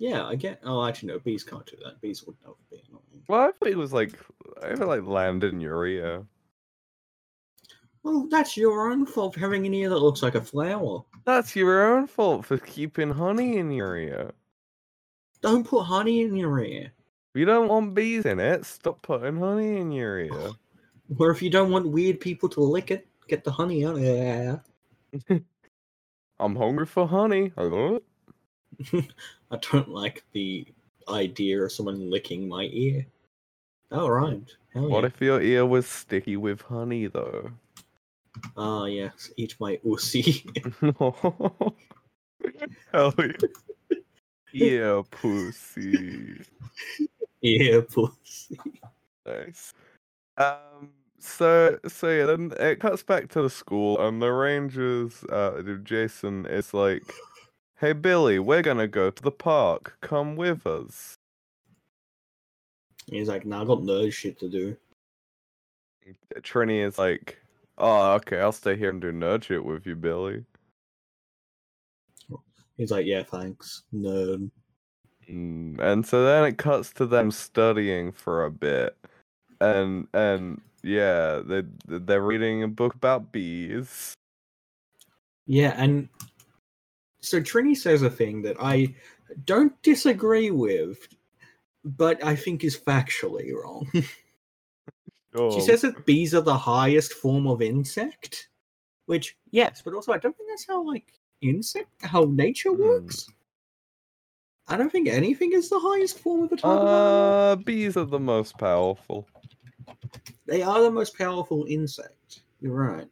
[SPEAKER 1] yeah. I get. Oh, actually, no, bees can't do that. Bees would not be annoying.
[SPEAKER 2] Well, I thought it was like, I thought like landed in urea.
[SPEAKER 1] Well, that's your own fault for having an ear that looks like a flower.
[SPEAKER 2] That's your own fault for keeping honey in urea.
[SPEAKER 1] Don't put honey in your ear.
[SPEAKER 2] If you don't want bees in it, stop putting honey in your ear.
[SPEAKER 1] Or if you don't want weird people to lick it, get the honey out. Yeah.
[SPEAKER 2] I'm hungry for honey. Hello?
[SPEAKER 1] I don't like the idea of someone licking my ear. Oh, right. Hell
[SPEAKER 2] What
[SPEAKER 1] yeah.
[SPEAKER 2] if your ear was sticky with honey, though?
[SPEAKER 1] Ah, yes. Eat my ussy.
[SPEAKER 2] Hell yeah. Yeah, pussy.
[SPEAKER 1] Yeah, pussy.
[SPEAKER 2] Nice. Um. So so yeah, then it cuts back to the school, and the Rangers, uh, Jason is like, "Hey Billy, we're gonna go to the park. Come with us."
[SPEAKER 1] He's like, nah, I got nerd shit to do.
[SPEAKER 2] Trini is like, "Oh, okay, I'll stay here and do nerd shit with you, Billy."
[SPEAKER 1] He's like, yeah, thanks, nerd.
[SPEAKER 2] Mm, And so then it cuts to them studying for a bit, and and yeah, they they're reading a book about bees.
[SPEAKER 1] Yeah, and so Trini says a thing that I don't disagree with, but I think is factually wrong.
[SPEAKER 2] Oh,
[SPEAKER 1] She says that bees are the highest form of insect, which yes, but also I don't think that's how like insect how nature
[SPEAKER 2] Hmm.
[SPEAKER 1] works. I don't think anything is the highest form of the type. of animal.
[SPEAKER 2] "Uh, bees are the most powerful."
[SPEAKER 1] They are the most powerful insect. You're right.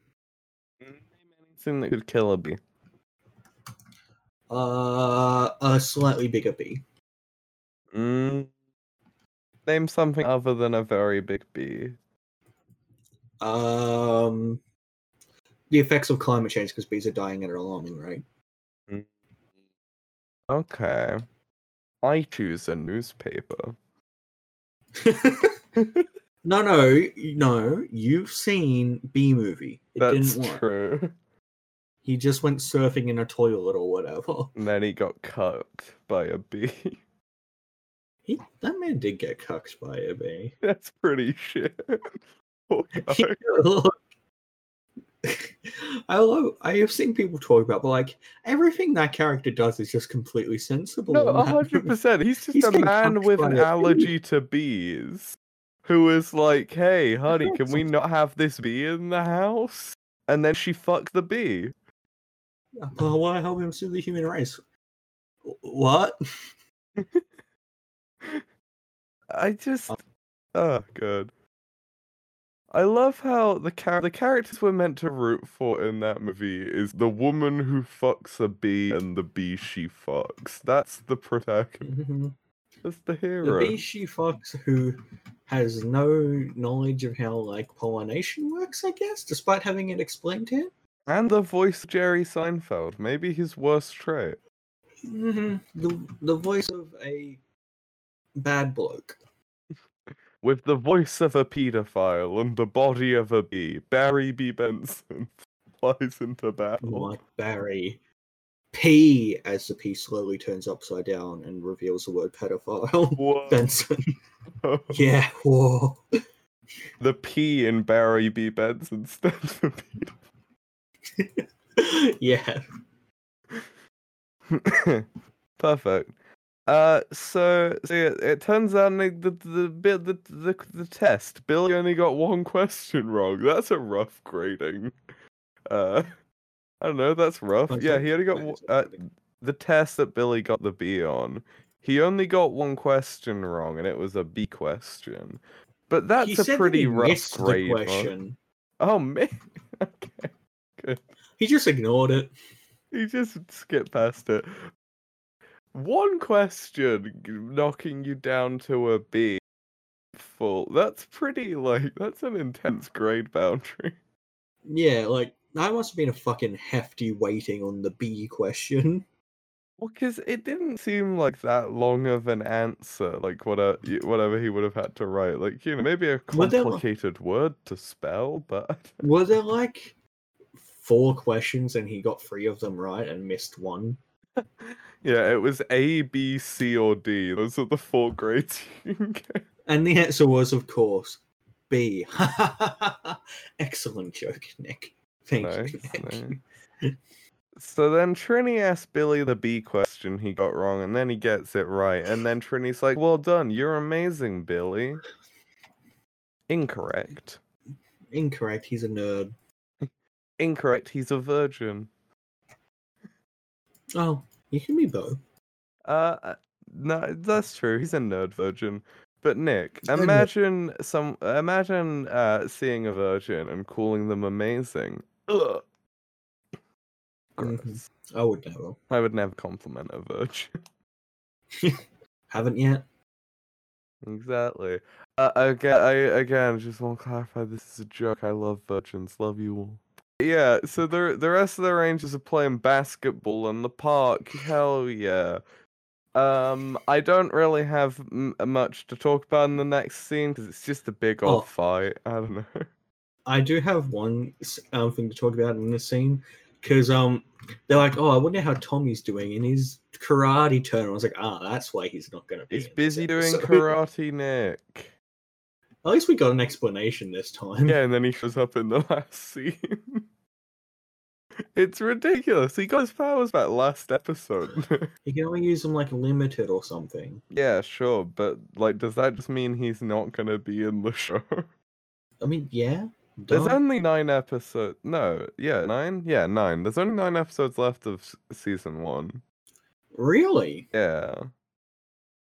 [SPEAKER 1] Mm.
[SPEAKER 2] Name Anything that could kill a bee.
[SPEAKER 1] Uh, a slightly bigger bee.
[SPEAKER 2] Mm. Name something other than a very big bee.
[SPEAKER 1] Um, the effects of climate change because bees are dying at an alarming rate.
[SPEAKER 2] Okay. I choose a newspaper.
[SPEAKER 1] no, no, no. You've seen Bee Movie. It
[SPEAKER 2] That's
[SPEAKER 1] didn't work.
[SPEAKER 2] true.
[SPEAKER 1] He just went surfing in a toilet or whatever.
[SPEAKER 2] And then he got cut by a bee.
[SPEAKER 1] He, that man did get cucked by a bee.
[SPEAKER 2] That's pretty shit. Poor
[SPEAKER 1] He-
[SPEAKER 2] guy.
[SPEAKER 1] Look, I love. I have seen people talk about, but like everything that character does is just completely sensible.
[SPEAKER 2] No,
[SPEAKER 1] in
[SPEAKER 2] a
[SPEAKER 1] that
[SPEAKER 2] hundred
[SPEAKER 1] movie.
[SPEAKER 2] percent. He's just
[SPEAKER 1] He's
[SPEAKER 2] a
[SPEAKER 1] getting
[SPEAKER 2] man
[SPEAKER 1] cucked
[SPEAKER 2] with
[SPEAKER 1] by
[SPEAKER 2] an
[SPEAKER 1] a bee.
[SPEAKER 2] allergy to bees, who is like, "Hey, honey,
[SPEAKER 1] know
[SPEAKER 2] can we
[SPEAKER 1] something.
[SPEAKER 2] not have this bee in the house?" And then she fucked the bee.
[SPEAKER 1] Uh, why help him sue the human race? Wh- What?
[SPEAKER 2] I just, oh god. I love how the char- the characters we're meant to root for in that movie is the woman who fucks a bee and the bee she fucks. That's the protagonist.
[SPEAKER 1] Mhm.
[SPEAKER 2] That's the
[SPEAKER 1] The
[SPEAKER 2] hero.
[SPEAKER 1] bee she fucks who has no knowledge of how like pollination works, I guess, despite having it explained to him.
[SPEAKER 2] and the voice of Jerry Seinfeld. Maybe his worst trait.
[SPEAKER 1] hmm The the voice of a bad bloke.
[SPEAKER 2] with the voice of a pedophile and the body of a bee, Barry B. Benson flies into battle.
[SPEAKER 1] Like Barry. P as the P slowly turns upside down and reveals the word pedophile. Benson.
[SPEAKER 2] Whoa.
[SPEAKER 1] Yeah, whoa.
[SPEAKER 2] the P in Barry B. Benson stands for
[SPEAKER 1] yeah.
[SPEAKER 2] pedophile. Perfect. Uh, so, so yeah, it turns out the the the, bit- the the the test. Billy only got one question wrong. That's a rough grading. Uh, I don't know. That's rough.
[SPEAKER 1] Fun
[SPEAKER 2] Yeah,
[SPEAKER 1] fact,
[SPEAKER 2] he only got
[SPEAKER 1] that
[SPEAKER 2] one-
[SPEAKER 1] is
[SPEAKER 2] uh,
[SPEAKER 1] a big-
[SPEAKER 2] the test that Billy got the B on, he only got one question wrong, and it was a B question. But that's
[SPEAKER 1] He
[SPEAKER 2] a
[SPEAKER 1] said that
[SPEAKER 2] pretty
[SPEAKER 1] he
[SPEAKER 2] rough
[SPEAKER 1] missed the
[SPEAKER 2] grade. huh?
[SPEAKER 1] question.
[SPEAKER 2] Oh man, okay.
[SPEAKER 1] He just ignored it.
[SPEAKER 2] He just skipped past it. One question g- knocking you down to a B. Full. That's pretty like that's an intense grade boundary.
[SPEAKER 1] Yeah, like that must have been a fucking hefty waiting on the B question.
[SPEAKER 2] Well, because it didn't seem like that long of an answer, like what a, y- whatever he would have had to write. Like, you know, maybe a
[SPEAKER 1] Well, there were-
[SPEAKER 2] complicated word to spell, but I don't-
[SPEAKER 1] Were there like four questions and he got three of them right and missed one?
[SPEAKER 2] yeah, it was A, B, C, or D. Those are the four grades you can get.
[SPEAKER 1] And the answer was, of course, B. Excellent joke, Nick. Thank
[SPEAKER 2] Nice,
[SPEAKER 1] you. Nick.
[SPEAKER 2] nice. So then Trini asks Billy the B question he got wrong, and then he gets it right. And then Trini's like, Well done, you're amazing, Billy. Incorrect.
[SPEAKER 1] Incorrect. He's a nerd.
[SPEAKER 2] Incorrect, he's a virgin.
[SPEAKER 1] Oh, you can be both.
[SPEAKER 2] Uh, uh, no, that's true. He's a nerd virgin. But Nick,
[SPEAKER 1] a nerd.
[SPEAKER 2] imagine some. Imagine uh, seeing a virgin and calling them amazing. Ugh.
[SPEAKER 1] Mhm.
[SPEAKER 2] Gross.
[SPEAKER 1] Mm-hmm. I would never.
[SPEAKER 2] I would never compliment a virgin.
[SPEAKER 1] Haven't yet.
[SPEAKER 2] Exactly. Uh, again, I again just want to clarify. This is a joke. I love virgins. Love you all. Yeah. So the the rest of the Rangers are playing basketball in the park. Hell yeah. Um, I don't really have m- uh, much to talk about in the next scene because it's just a big old
[SPEAKER 1] Oh.
[SPEAKER 2] fight. I don't know.
[SPEAKER 1] I do have one s- um, thing to talk about in this scene because um they're like, oh, I wonder how Tommy's doing in his karate turn. I was like, ah, that's why he's not going to be.
[SPEAKER 2] He's
[SPEAKER 1] in this
[SPEAKER 2] busy doing
[SPEAKER 1] episode."
[SPEAKER 2] karate, Nick.
[SPEAKER 1] At least we got an explanation this time.
[SPEAKER 2] Yeah, and then he shows up in the last scene. it's ridiculous. He got his powers back last episode.
[SPEAKER 1] You can only use them like limited or something.
[SPEAKER 2] yeah, sure, but like, does that just mean he's not gonna be in the show?
[SPEAKER 1] I mean, yeah.
[SPEAKER 2] There's
[SPEAKER 1] duh.
[SPEAKER 2] only nine episodes. No, yeah, nine. Yeah, nine. There's only nine episodes left of s- season one.
[SPEAKER 1] Really?
[SPEAKER 2] Yeah.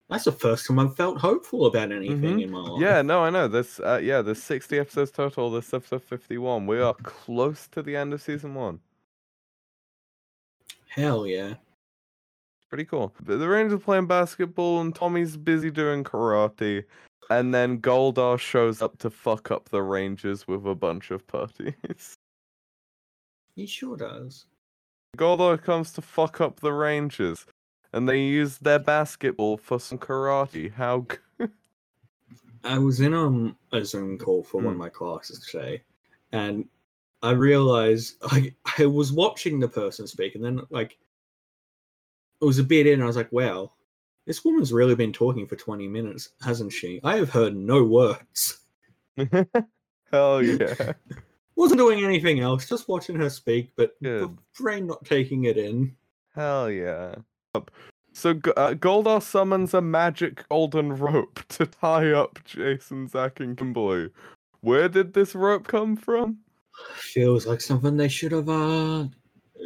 [SPEAKER 1] That's the first time I've felt hopeful about anything
[SPEAKER 2] Mhm.
[SPEAKER 1] in my life.
[SPEAKER 2] Yeah, no, I know. There's uh, yeah, there's 60 episodes total. This episode 51. We are close to the end of season one.
[SPEAKER 1] Hell yeah.
[SPEAKER 2] Pretty cool. The, the Rangers are playing basketball, and Tommy's busy doing karate. And then Goldar shows up to fuck up the Rangers with a bunch of putties.
[SPEAKER 1] He sure does.
[SPEAKER 2] Goldar comes to fuck up the Rangers, and they use their basketball for some karate. How good.
[SPEAKER 1] I was in um, a Zoom call for one of
[SPEAKER 2] Mm.
[SPEAKER 1] my classes today, and I realized I I was watching the person speak, and then like it was a bit in, I was like, wow, this woman's really been talking for twenty minutes, hasn't she? I have heard no words.
[SPEAKER 2] Hell yeah.
[SPEAKER 1] Wasn't doing anything else, just watching her speak, but the
[SPEAKER 2] Good.
[SPEAKER 1] brain not taking it in.
[SPEAKER 2] Hell yeah. Up. So G- uh, Goldar summons a magic golden rope to tie up Jason, Zack, and Kimberly. Where did this rope come from?
[SPEAKER 1] Feels like something they should have uh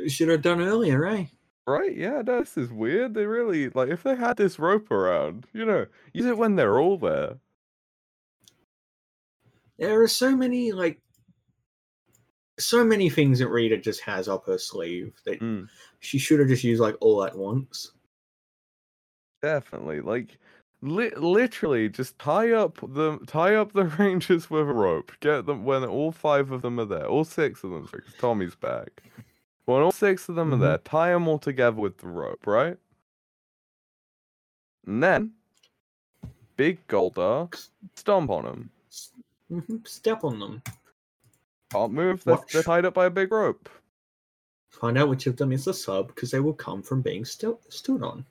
[SPEAKER 1] should have done earlier, eh?
[SPEAKER 2] Right? Yeah, no, this is weird. They really like if they had this rope around, you know, use it when they're all there.
[SPEAKER 1] There are so many like so many things that Rita just has up her sleeve that
[SPEAKER 2] Mm.
[SPEAKER 1] she should have just used like all at once.
[SPEAKER 2] Definitely. Like li- literally just tie up the tie up the rangers with a rope. Get them when all five of them are there. All six of them, sorry, 'cause Tommy's back. When all six of them
[SPEAKER 1] Mhm.
[SPEAKER 2] are there, tie them all together with the rope, right? And then Big Goldar stomp on them.
[SPEAKER 1] hmm Step on them.
[SPEAKER 2] Can't move. They're, they're
[SPEAKER 1] Watch.
[SPEAKER 2] tied up by a big rope.
[SPEAKER 1] Find out which of them is the sub because they will come from being stu- stood on.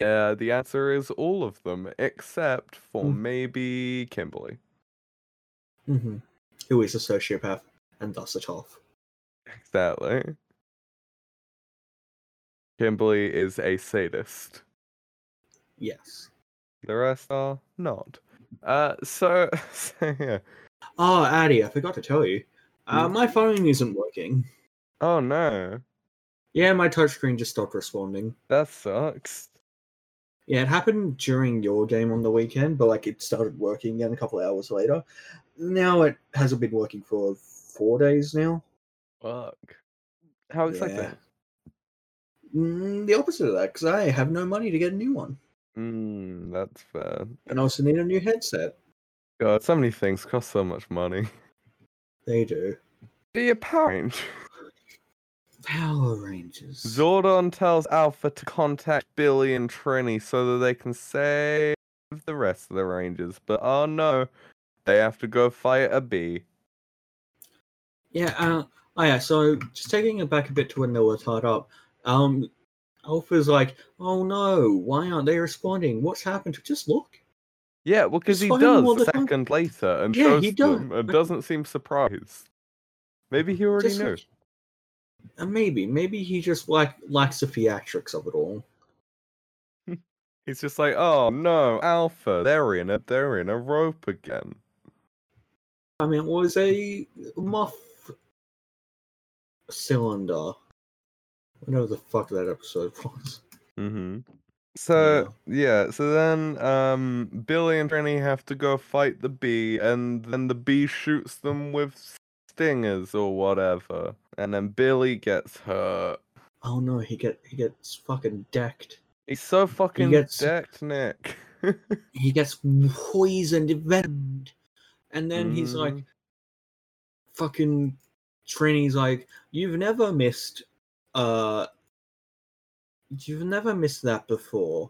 [SPEAKER 2] Yeah, the answer is all of them except for
[SPEAKER 1] Mm.
[SPEAKER 2] maybe Kimberly.
[SPEAKER 1] hmm Who is a sociopath and thus a toff.
[SPEAKER 2] Exactly. Kimberly is a sadist.
[SPEAKER 1] Yes.
[SPEAKER 2] The rest are not. Uh, so, so yeah.
[SPEAKER 1] Oh, Addy, I forgot to tell you. Uh,
[SPEAKER 2] Mm.
[SPEAKER 1] my phone isn't working.
[SPEAKER 2] Oh no,
[SPEAKER 1] Yeah, my touchscreen just stopped responding.
[SPEAKER 2] that sucks.
[SPEAKER 1] Yeah, it happened during your game on the weekend, but like it started working again a couple of hours later. Now it hasn't been working for four days now.
[SPEAKER 2] Fuck. How exciting.
[SPEAKER 1] Yeah. Mm, the opposite of that, because I have no money to get a new one,
[SPEAKER 2] Mm, that's fair.
[SPEAKER 1] and I also need a new headset.
[SPEAKER 2] God, so many things cost so much money.
[SPEAKER 1] They do.
[SPEAKER 2] Do you pound?
[SPEAKER 1] Power Rangers.
[SPEAKER 2] Zordon tells Alpha to contact Billy and Trini so that they can save the rest of the Rangers. But oh no, they have to go fight a bee.
[SPEAKER 1] yeah. Uh, oh yeah. So just taking it back a bit to when they were tied up. Um, Alpha's like, oh no, why aren't they responding? What's happened? Just look.
[SPEAKER 2] Yeah, well, because
[SPEAKER 1] Just
[SPEAKER 2] he
[SPEAKER 1] find them all
[SPEAKER 2] does a
[SPEAKER 1] the time.
[SPEAKER 2] second later and
[SPEAKER 1] Yeah,
[SPEAKER 2] shows
[SPEAKER 1] he does.
[SPEAKER 2] them and doesn't seem surprised. Maybe he already
[SPEAKER 1] Just
[SPEAKER 2] knew.
[SPEAKER 1] like- Uh, maybe, maybe he just like lacks the theatrics of it all.
[SPEAKER 2] He's just like, oh no, Alpha, they're in a they're in a rope again.
[SPEAKER 1] I mean, it was a muff cylinder. Whatever the fuck that episode was.
[SPEAKER 2] Mm-hmm. So yeah. so then um Billy and Trini have to go fight the bee, and then the bee shoots them with stingers or whatever, and then Billy gets hurt.
[SPEAKER 1] Oh no, he get he gets fucking decked.
[SPEAKER 2] He's so fucking
[SPEAKER 1] gets-
[SPEAKER 2] decked, Nick.
[SPEAKER 1] He gets poisoned, envenomed, and then he's like,
[SPEAKER 2] Mhm.
[SPEAKER 1] fucking Trini's like, you've never missed, uh, you've never missed that before.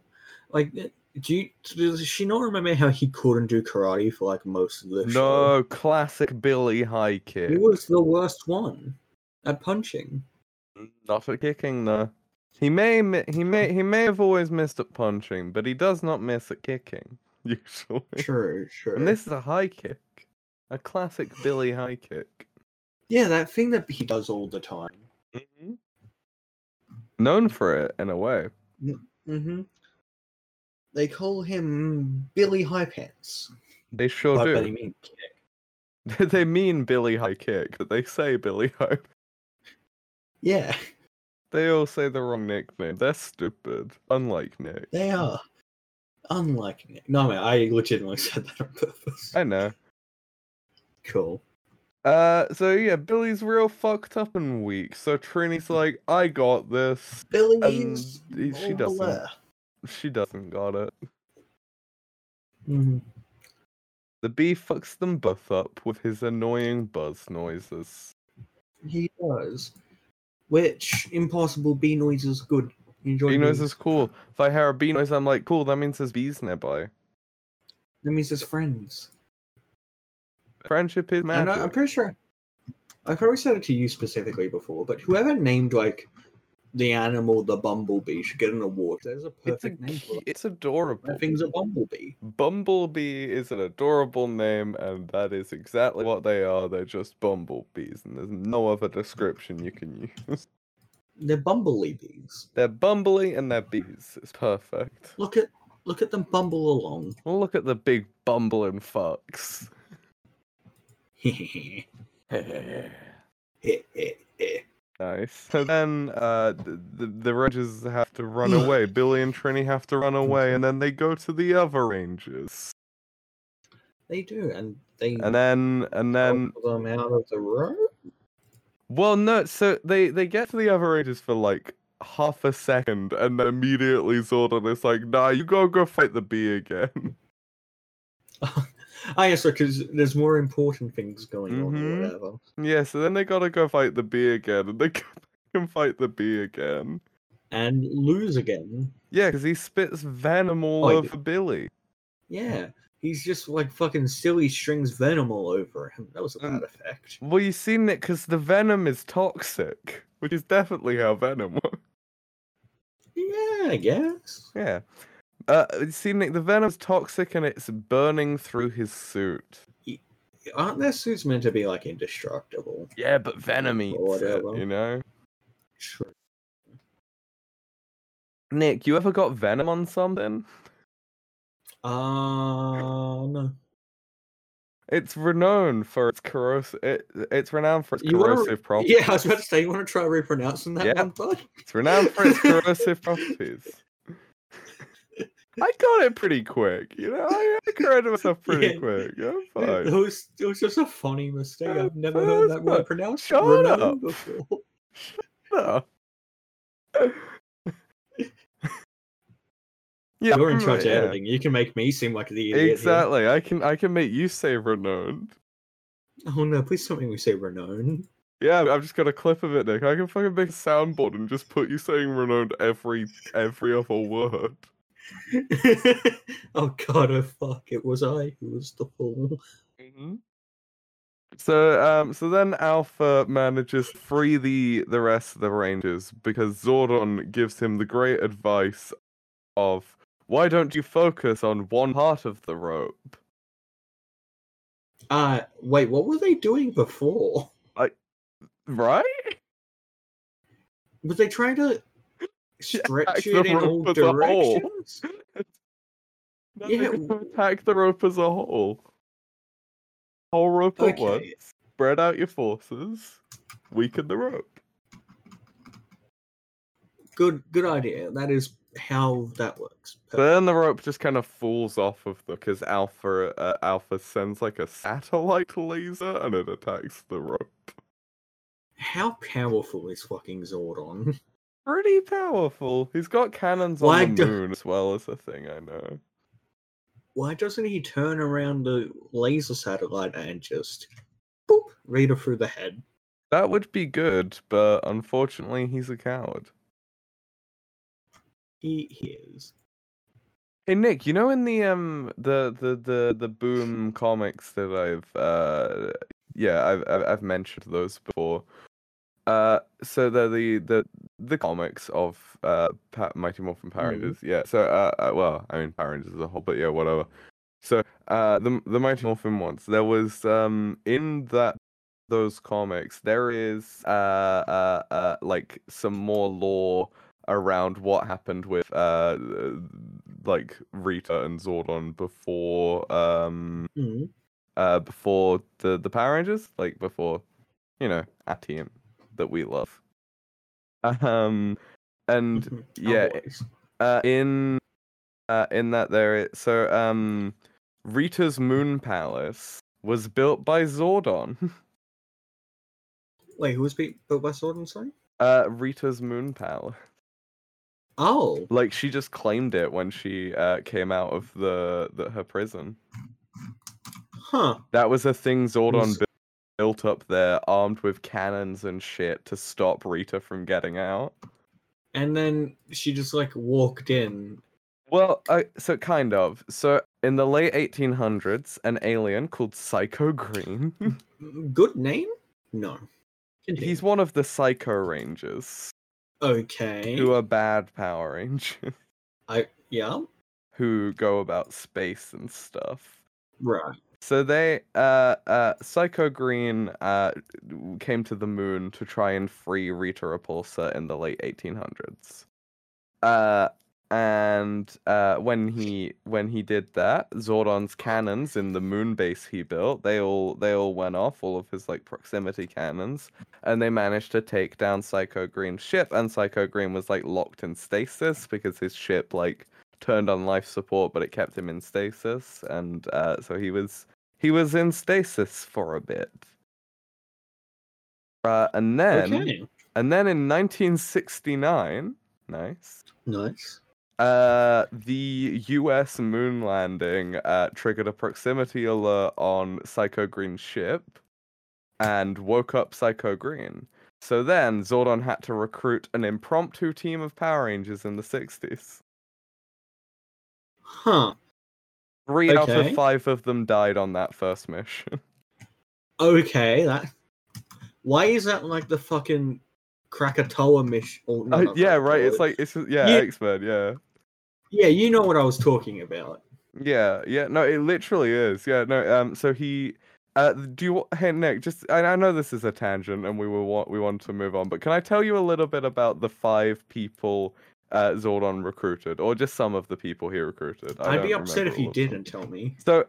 [SPEAKER 1] Like, eh, do you, does she not remember how he couldn't do karate for like most of the show?
[SPEAKER 2] no classic Billy High kick.
[SPEAKER 1] He was the worst one at punching.
[SPEAKER 2] Not at kicking though. He may mi- he may he may have always missed at punching, but he does not miss at kicking usually.
[SPEAKER 1] True, true.
[SPEAKER 2] And this is a high kick, a classic Billy high kick,
[SPEAKER 1] yeah, that thing that he does all the time.
[SPEAKER 2] known for it in a way.
[SPEAKER 1] Mm-hmm. They call him Billy High Pants.
[SPEAKER 2] They sure
[SPEAKER 1] but
[SPEAKER 2] do.
[SPEAKER 1] they mean kick.
[SPEAKER 2] they mean Billy high kick, but they say Billy high.
[SPEAKER 1] Yeah,
[SPEAKER 2] They all say the wrong nickname. They're stupid. Unlike Nick.
[SPEAKER 1] they are. Unlike Nick. No, man, I legitimately said that on purpose.
[SPEAKER 2] I know.
[SPEAKER 1] Cool.
[SPEAKER 2] Uh, so yeah, Billy's real fucked up and weak. So Trini's like, I got this.
[SPEAKER 1] Billy
[SPEAKER 2] And
[SPEAKER 1] is
[SPEAKER 2] he- Um, she
[SPEAKER 1] all
[SPEAKER 2] doesn't.
[SPEAKER 1] there.
[SPEAKER 2] She doesn't got it.
[SPEAKER 1] Mhm.
[SPEAKER 2] The bee fucks them both up with his annoying buzz noises.
[SPEAKER 1] He does. Which impossible bee noise is good. Enjoy
[SPEAKER 2] Bee noise
[SPEAKER 1] bees.
[SPEAKER 2] is cool. If I hear a bee noise, I'm like, cool, that means there's bees nearby.
[SPEAKER 1] That means it's friends.
[SPEAKER 2] Friendship is
[SPEAKER 1] And
[SPEAKER 2] magic.
[SPEAKER 1] I, I'm pretty sure I've probably said it to you specifically before, but whoever named like the animal the bumblebee should get an award. There's a
[SPEAKER 2] it's, a,
[SPEAKER 1] perfect name for
[SPEAKER 2] cu-
[SPEAKER 1] it.
[SPEAKER 2] it's adorable.
[SPEAKER 1] That thing's a bumblebee.
[SPEAKER 2] Bumblebee is an adorable name, and that is exactly what they are. They're just bumblebees, and there's no other description you can use.
[SPEAKER 1] They're bumblebees.
[SPEAKER 2] They're bumbly and they're bees. It's perfect.
[SPEAKER 1] Look at look at them bumble along.
[SPEAKER 2] Look at the big bumbling fucks. Nice. So then uh, the, the, the Rangers have to run away. Billy and Trini have to run away, and then they go to the other Rangers.
[SPEAKER 1] they do, and they
[SPEAKER 2] And then, um, and then,
[SPEAKER 1] pull them out of the road.
[SPEAKER 2] Oh. well, no, so they, they get to the other Rangers for like half a second, and then immediately Zordon is like, nah, you gotta go fight the bee again.
[SPEAKER 1] Ah, yes, because there's more important things going on
[SPEAKER 2] Mhm.
[SPEAKER 1] or whatever.
[SPEAKER 2] yeah, so then they gotta go fight the bee again, and they go back and fight the bee again.
[SPEAKER 1] And lose again.
[SPEAKER 2] Yeah, because he spits venom all
[SPEAKER 1] Oh, he
[SPEAKER 2] over Billy.
[SPEAKER 1] Yeah, he's just like fucking silly strings venom all over him. That was a bad
[SPEAKER 2] And-
[SPEAKER 1] effect.
[SPEAKER 2] Well, you've seen it because the venom is toxic, which is definitely how venom works.
[SPEAKER 1] Yeah, I guess.
[SPEAKER 2] Yeah. Uh, you see, Nick, the venom's toxic and it's burning through his suit.
[SPEAKER 1] Aren't their suits meant to be like indestructible?
[SPEAKER 2] Yeah, but
[SPEAKER 1] Oh,
[SPEAKER 2] venom eats it,
[SPEAKER 1] Whatever.
[SPEAKER 2] you know?
[SPEAKER 1] True.
[SPEAKER 2] Nick, you ever got venom on something?
[SPEAKER 1] Uh, no.
[SPEAKER 2] It's renowned for its corrosive. It, it's renowned for its
[SPEAKER 1] You wanna-
[SPEAKER 2] corrosive properties.
[SPEAKER 1] Yeah, I was about to say, you want to try repronouncing that
[SPEAKER 2] Yeah.
[SPEAKER 1] one, bud?
[SPEAKER 2] It's renowned for its corrosive properties. I got it pretty quick, you know. I, I corrected myself pretty
[SPEAKER 1] Yeah.
[SPEAKER 2] quick. I'm
[SPEAKER 1] It
[SPEAKER 2] fine.
[SPEAKER 1] was, it was just a funny mistake.
[SPEAKER 2] um, Yeah,
[SPEAKER 1] I've never heard
[SPEAKER 2] that's
[SPEAKER 1] that
[SPEAKER 2] fine.
[SPEAKER 1] word pronounced
[SPEAKER 2] Shut
[SPEAKER 1] renowned
[SPEAKER 2] up.
[SPEAKER 1] before.
[SPEAKER 2] No. yeah,
[SPEAKER 1] You're in
[SPEAKER 2] I'm right,
[SPEAKER 1] charge of
[SPEAKER 2] yeah.
[SPEAKER 1] editing. You can make me seem like the idiot. here.
[SPEAKER 2] Exactly. I can I can make you say renowned.
[SPEAKER 1] Oh no, please don't make me say renowned.
[SPEAKER 2] Yeah, I've just got a clip of it, Nick. I can fucking make a soundboard and just put you saying renowned every every other word.
[SPEAKER 1] oh god, oh fuck, it was I who was the fool. Mm-hmm.
[SPEAKER 2] So um so then Alpha manages to free the the rest of the Rangers because Zordon gives him the great advice of why don't you focus on one part of the rope?
[SPEAKER 1] Uh, wait, what were they doing before?
[SPEAKER 2] Right?
[SPEAKER 1] Were they trying to stretch
[SPEAKER 2] the
[SPEAKER 1] it in
[SPEAKER 2] rope
[SPEAKER 1] all
[SPEAKER 2] as a whole.
[SPEAKER 1] directions?
[SPEAKER 2] No, they
[SPEAKER 1] Yeah,
[SPEAKER 2] got to
[SPEAKER 1] w-
[SPEAKER 2] attack the rope as a whole. Whole rope at
[SPEAKER 1] Okay.
[SPEAKER 2] once. Spread out your forces. Weaken the rope.
[SPEAKER 1] Good, good idea. That is how that works.
[SPEAKER 2] But then the rope just kind of falls off of the because Alpha uh, Alpha sends like a satellite laser and it attacks the rope.
[SPEAKER 1] How powerful is fucking Zordon?
[SPEAKER 2] pretty powerful. He's got cannons on
[SPEAKER 1] Why
[SPEAKER 2] the
[SPEAKER 1] do-
[SPEAKER 2] moon as well as a thing I know.
[SPEAKER 1] Why doesn't he turn around the laser satellite and just boop read her through the head?
[SPEAKER 2] That would be good, but unfortunately, he's a coward.
[SPEAKER 1] He, he is.
[SPEAKER 2] Hey Nick, you know in the um the the the the boom comics that I've uh yeah I've I've, I've mentioned those before. Uh, so they're the the the comics of uh pa- Mighty Morphin Power
[SPEAKER 1] Mhm.
[SPEAKER 2] Rangers. Yeah. So uh, uh, well, I mean Power Rangers as a whole, but yeah, whatever. So uh the the Mighty Morphin ones. There was um in that those comics there is uh uh, uh like some more lore around what happened with uh like Rita and Zordon before um
[SPEAKER 1] Mm.
[SPEAKER 2] uh before the the Power Rangers, like before, you know, Atium that we love. Um and
[SPEAKER 1] Mhm.
[SPEAKER 2] yeah,
[SPEAKER 1] Always.
[SPEAKER 2] uh in uh in that there it, so um Rita's Moon Palace was built by Zordon.
[SPEAKER 1] Wait, who was beat, built by Sword and Sorry?
[SPEAKER 2] Uh Rita's Moon Palace.
[SPEAKER 1] Oh,
[SPEAKER 2] Like she just claimed it when she uh came out of the, the her prison.
[SPEAKER 1] huh.
[SPEAKER 2] That was a thing Zordon
[SPEAKER 1] Was-
[SPEAKER 2] built, built up there, armed with cannons and shit, to stop Rita from getting out.
[SPEAKER 1] And then she just like walked in.
[SPEAKER 2] Well, uh, so kind of. So in the late 1800s, an alien called Psycho Green.
[SPEAKER 1] Good name? No. Continue.
[SPEAKER 2] he's one of the Psycho Rangers,
[SPEAKER 1] okay.
[SPEAKER 2] who are bad Power Rangers,
[SPEAKER 1] I yeah.
[SPEAKER 2] who go about space and stuff.
[SPEAKER 1] Right.
[SPEAKER 2] So they, uh, uh, Psycho Green, uh, came to the moon to try and free Rita Repulsa in the late 1800s. Uh, and uh, when he when he did that, Zordon's cannons in the moon base he built, they all they all went off, all of his like proximity cannons, and they managed to take down Psycho Green's ship. And Psycho Green was like locked in stasis because his ship like turned on life support, but it kept him in stasis, and uh, so he was he was in stasis for a bit. Uh, and then
[SPEAKER 1] okay.
[SPEAKER 2] and then in 1969, nice.
[SPEAKER 1] Nice.
[SPEAKER 2] Uh, the U.S. moon landing uh, triggered a proximity alert on Psycho Green's ship, and woke up Psycho Green. So then Zordon had to recruit an impromptu team of Power Rangers in the 60s.
[SPEAKER 1] Huh.
[SPEAKER 2] Three out of
[SPEAKER 1] Okay.
[SPEAKER 2] five of them died on that first mission.
[SPEAKER 1] Okay, that Why is that like the fucking Krakatoa mission? Or, no, not
[SPEAKER 2] Uh, yeah, right. It's
[SPEAKER 1] Krakatoa.
[SPEAKER 2] like it's just, yeah,
[SPEAKER 1] Yeah.
[SPEAKER 2] X Men. Yeah,
[SPEAKER 1] Yeah, you know what I was talking about.
[SPEAKER 2] yeah, yeah. No, it literally is. Yeah, no. Um, so he. Uh, do you wa- hey Nick? Just I, I know this is a tangent, and we were want we wanted to move on, but can I tell you a little bit about the five people uh, Zordon recruited, or just some of the people he recruited? I
[SPEAKER 1] I'd be
[SPEAKER 2] don't
[SPEAKER 1] upset
[SPEAKER 2] remember
[SPEAKER 1] if
[SPEAKER 2] all
[SPEAKER 1] you
[SPEAKER 2] of them.
[SPEAKER 1] didn't tell me.
[SPEAKER 2] So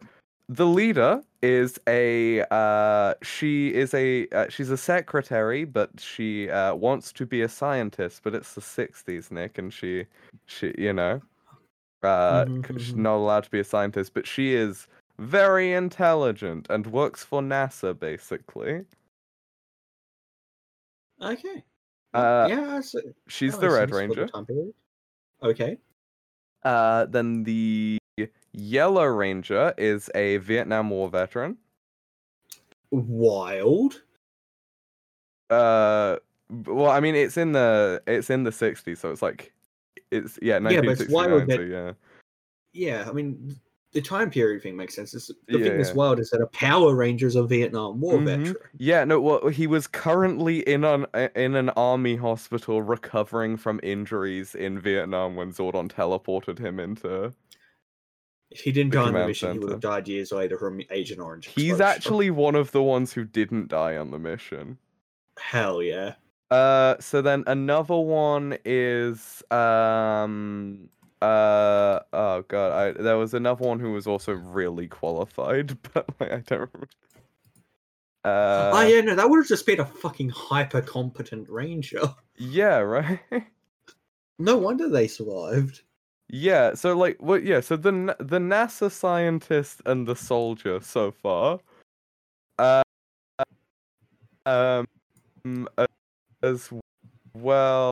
[SPEAKER 2] the leader is a uh, she is a uh, she's a secretary, but she uh, wants to be a scientist. But it's the '60s, Nick, and she she you know uh,
[SPEAKER 1] Mhm,
[SPEAKER 2] c- she's
[SPEAKER 1] mhm.
[SPEAKER 2] not allowed to be a scientist, but she is very intelligent and works for NASA basically.
[SPEAKER 1] Okay.
[SPEAKER 2] Uh,
[SPEAKER 1] yeah, Oh, I see-
[SPEAKER 2] She's
[SPEAKER 1] that
[SPEAKER 2] the
[SPEAKER 1] makes
[SPEAKER 2] Red
[SPEAKER 1] sense for the
[SPEAKER 2] Ranger.
[SPEAKER 1] time period. Okay.
[SPEAKER 2] Uh, then the Yellow Ranger is a Vietnam War veteran.
[SPEAKER 1] Wild.
[SPEAKER 2] Uh, b- well, I mean, it's in the it's in the '60s, so it's like, it's yeah,
[SPEAKER 1] Yeah, but it's wild
[SPEAKER 2] 1969. so
[SPEAKER 1] that-
[SPEAKER 2] yeah,
[SPEAKER 1] Yeah, I mean, the time period thing makes sense. It's, the thing that's
[SPEAKER 2] Yeah.
[SPEAKER 1] wild is that a Power Ranger's a Vietnam War
[SPEAKER 2] Mhm.
[SPEAKER 1] veteran.
[SPEAKER 2] yeah. No, well, he was currently in an uh, in an army hospital recovering from injuries in Vietnam when Zordon teleported him into.
[SPEAKER 1] If he didn't
[SPEAKER 2] The
[SPEAKER 1] die on the
[SPEAKER 2] command
[SPEAKER 1] mission, he would have died years later from Agent Orange.
[SPEAKER 2] He's
[SPEAKER 1] exposure.
[SPEAKER 2] actually one of the ones who didn't die on the mission.
[SPEAKER 1] hell yeah.
[SPEAKER 2] Uh, so then another one is um uh oh god I there was another one who was also really qualified but like, I don't remember. Uh,
[SPEAKER 1] oh yeah, no, that would have just been a fucking hyper competent ranger.
[SPEAKER 2] yeah right
[SPEAKER 1] No wonder they survived.
[SPEAKER 2] yeah so like what yeah so the N- the NASA scientist and the soldier so far uh um as well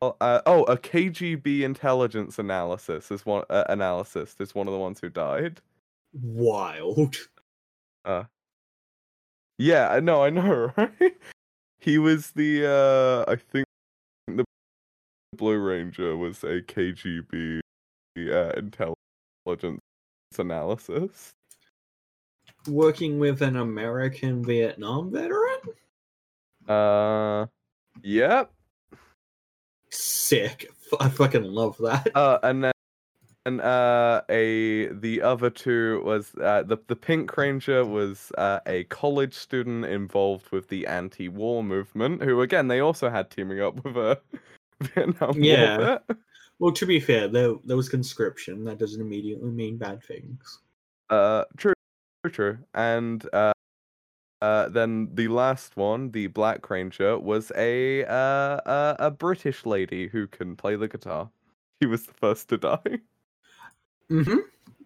[SPEAKER 2] Oh, uh, oh, a KGB intelligence analysis is one uh, analysis is one of the ones who died.
[SPEAKER 1] Wild.
[SPEAKER 2] Yeah, I know, I know, right? He was the uh I think the Blue Ranger was a KGB uh, intelligence analysis.
[SPEAKER 1] Working with an American Vietnam veteran?
[SPEAKER 2] Uh yep.
[SPEAKER 1] Sick. F- I fucking love that.
[SPEAKER 2] Uh and then and uh a the other two was uh the the Pink Ranger was uh, a college student involved with the anti-war movement who again they also had teaming up with a Vietnam
[SPEAKER 1] Yeah.
[SPEAKER 2] War vet.
[SPEAKER 1] Well, to be fair, there, there was conscription. That doesn't immediately mean bad things.
[SPEAKER 2] Uh, true, true, true. And uh, uh, then the last one, the Black Ranger, was a uh, a, a British lady who can play the guitar. She was the first to die.
[SPEAKER 1] Mm-hmm.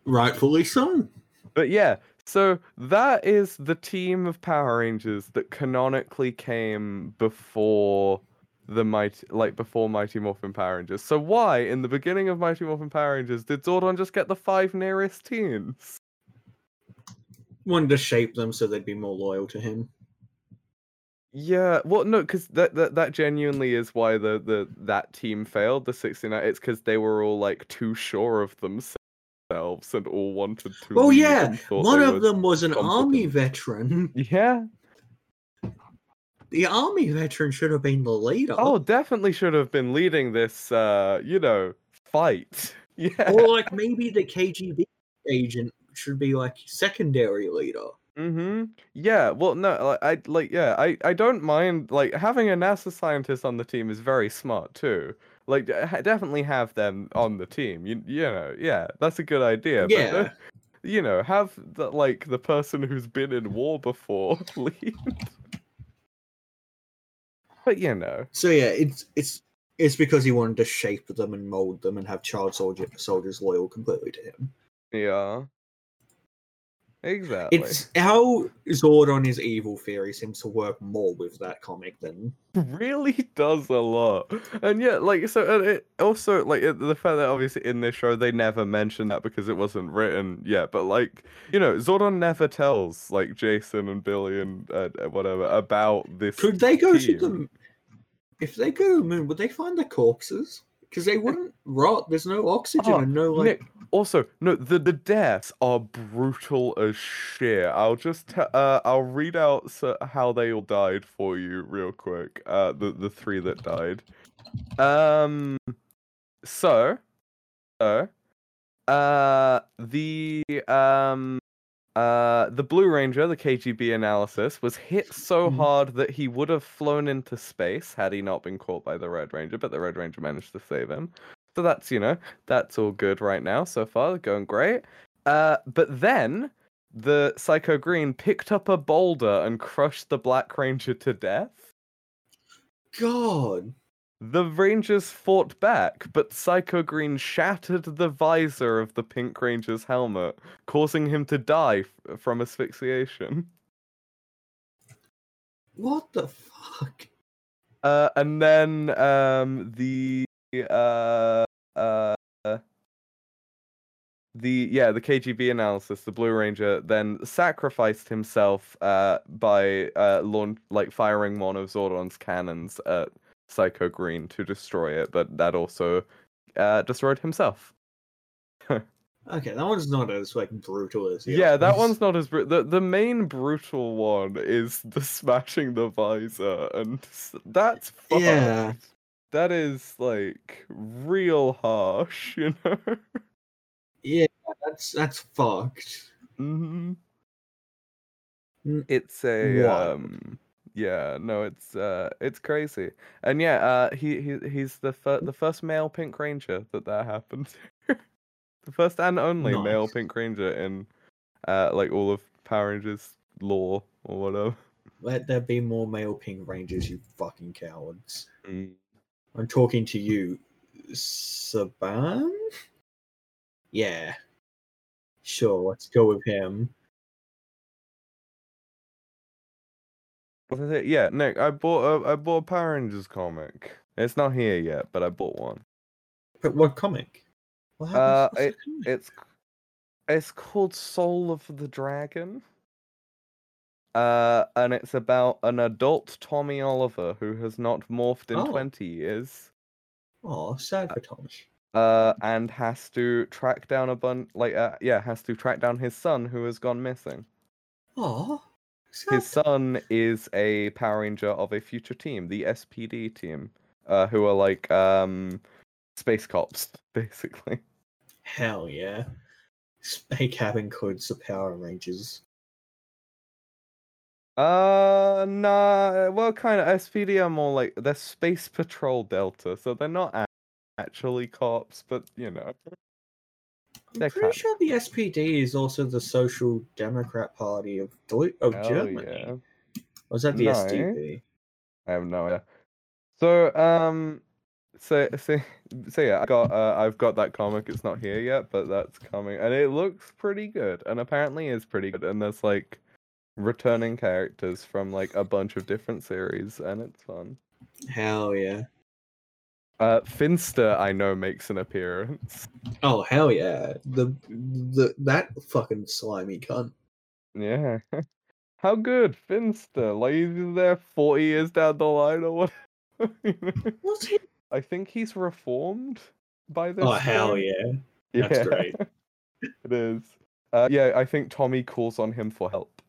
[SPEAKER 1] Rightfully so.
[SPEAKER 2] But yeah, so that is the team of Power Rangers that canonically came before the mighty, like before Mighty Morphin Power Rangers. So why, in the beginning of Mighty Morphin Power Rangers, did Zordon just get the five nearest teams?
[SPEAKER 1] Wanted to shape them so they'd be more loyal to him.
[SPEAKER 2] Yeah, well, no, because that, that that genuinely is why the, the that team failed the 69. It's because they were all like too sure of themselves and all wanted to.
[SPEAKER 1] Oh,
[SPEAKER 2] leave
[SPEAKER 1] yeah,
[SPEAKER 2] and thought
[SPEAKER 1] One
[SPEAKER 2] they
[SPEAKER 1] of
[SPEAKER 2] were-
[SPEAKER 1] them was an army
[SPEAKER 2] competent.
[SPEAKER 1] veteran.
[SPEAKER 2] Yeah.
[SPEAKER 1] The army veteran should have been the leader.
[SPEAKER 2] Oh, definitely should have been leading this. Uh, you know, fight. Yeah.
[SPEAKER 1] or like maybe the KGB agent should be like secondary leader.
[SPEAKER 2] Mm-hmm. Yeah. Well, no, like, I like. Yeah, I I don't mind. Like having a NASA scientist on the team is very smart too. Like, d- ha- definitely have them on the team. You you know, yeah, that's a good idea. but
[SPEAKER 1] Yeah.
[SPEAKER 2] don't- you know, have the like the person who's been in war before lead. but you know,
[SPEAKER 1] So yeah, it's it's it's because he wanted to shape them and mold them and have child soldier soldiers loyal completely to him.
[SPEAKER 2] yeah. Exactly.
[SPEAKER 1] It's how Zordon is evil theory seems to work more with that comic than
[SPEAKER 2] really does a lot and yeah like so and it also like it- the fact that obviously in this show they never mentioned that because it wasn't written yet but like you know zordon never tells like jason and billy and uh, uh, whatever about this
[SPEAKER 1] could they go to the
[SPEAKER 2] team.
[SPEAKER 1] m- if they go to the moon would they find the corpses because they wouldn't rot there's no oxygen
[SPEAKER 2] Oh,
[SPEAKER 1] and no like
[SPEAKER 2] Nick, also no the, the deaths are brutal as shit i'll just te- uh i'll read out so- how they all died for you real quick uh the the three that died um so so uh the um uh the blue ranger the kgb analysis was hit so
[SPEAKER 1] Mhm.
[SPEAKER 2] hard that he would have flown into space had he not been caught by the red ranger but the red ranger managed to save him so that's you know that's all good right now so far going great uh but then the psycho green picked up a boulder and crushed the black ranger to death
[SPEAKER 1] god
[SPEAKER 2] the Rangers fought back, but Psycho Green shattered the visor of the Pink Ranger's helmet, causing him to die f- from asphyxiation.
[SPEAKER 1] what the fuck
[SPEAKER 2] Uh, and then um, the uh, uh, the yeah the KGB analysis, the Blue Ranger then sacrificed himself uh, by uh, launch like firing one of Zordon's cannons at Psycho Green to destroy it, but that also uh, destroyed himself.
[SPEAKER 1] okay that one's not as like brutal as the
[SPEAKER 2] Yeah, that
[SPEAKER 1] others.
[SPEAKER 2] one's not as brutal. The, the main brutal one is the smashing the visor, and s- that's fucked.
[SPEAKER 1] Yeah.
[SPEAKER 2] That is like real harsh, you know.
[SPEAKER 1] yeah that's that's fucked
[SPEAKER 2] Mhm.
[SPEAKER 1] Mm,
[SPEAKER 2] It's a
[SPEAKER 1] wild.
[SPEAKER 2] um, yeah, no, it's uh, it's crazy, and yeah, uh, he he he's the fir- the first male Pink Ranger that that happened, to. the first and only male
[SPEAKER 1] Nice.
[SPEAKER 2] Pink Ranger in, uh, like all of Power Rangers lore or whatever.
[SPEAKER 1] let there be more male pink rangers you fucking cowards i'm talking to you saban yeah sure let's go with him
[SPEAKER 2] What is it? Yeah, Nick, I bought a I bought a Power Rangers comic. It's not here yet, but I bought one.
[SPEAKER 1] But what comic? What
[SPEAKER 2] Uh,
[SPEAKER 1] happens to the comic?
[SPEAKER 2] It's it's called Soul of the Dragon. Uh, and it's about an adult Tommy Oliver who has not morphed in
[SPEAKER 1] Oh.
[SPEAKER 2] 20 years.
[SPEAKER 1] Oh, sad for Thomas.
[SPEAKER 2] Uh, and has to track down a bun like uh, yeah, has to track down his son who has gone missing.
[SPEAKER 1] Oh, sad.
[SPEAKER 2] His son is a Power Ranger of a future team, the SPD team, uh, who are like um, space cops, basically.
[SPEAKER 1] Hell yeah. Space Cabin Codes the Power Rangers.
[SPEAKER 2] Uh, nah. Well, kind of SPD are more like they're Space Patrol Delta, so they're not a- actually cops, but you know.
[SPEAKER 1] I'm
[SPEAKER 2] They're
[SPEAKER 1] pretty
[SPEAKER 2] cut.
[SPEAKER 1] sure the SPD is also the Social Democrat Party of Deu- of
[SPEAKER 2] Hell
[SPEAKER 1] Germany.
[SPEAKER 2] yeah.
[SPEAKER 1] Or is that the
[SPEAKER 2] No.
[SPEAKER 1] SDP?
[SPEAKER 2] I have no idea. So um, so so so yeah, I got uh, I've got that comic. It's not here yet, but that's coming, and it looks pretty good, and apparently is pretty good, and there's like returning characters from like a bunch of different series, and it's fun.
[SPEAKER 1] Hell yeah.
[SPEAKER 2] Uh, Finster, I know, makes an appearance.
[SPEAKER 1] Oh hell yeah. The the that fucking slimy cunt.
[SPEAKER 2] Yeah. How good, Finster? Like he's there forty years down the line or what?
[SPEAKER 1] What's he?
[SPEAKER 2] I think he's reformed by this.
[SPEAKER 1] Oh hell
[SPEAKER 2] point.
[SPEAKER 1] yeah. That's great.
[SPEAKER 2] It is. Uh, yeah, I think Tommy calls on him for help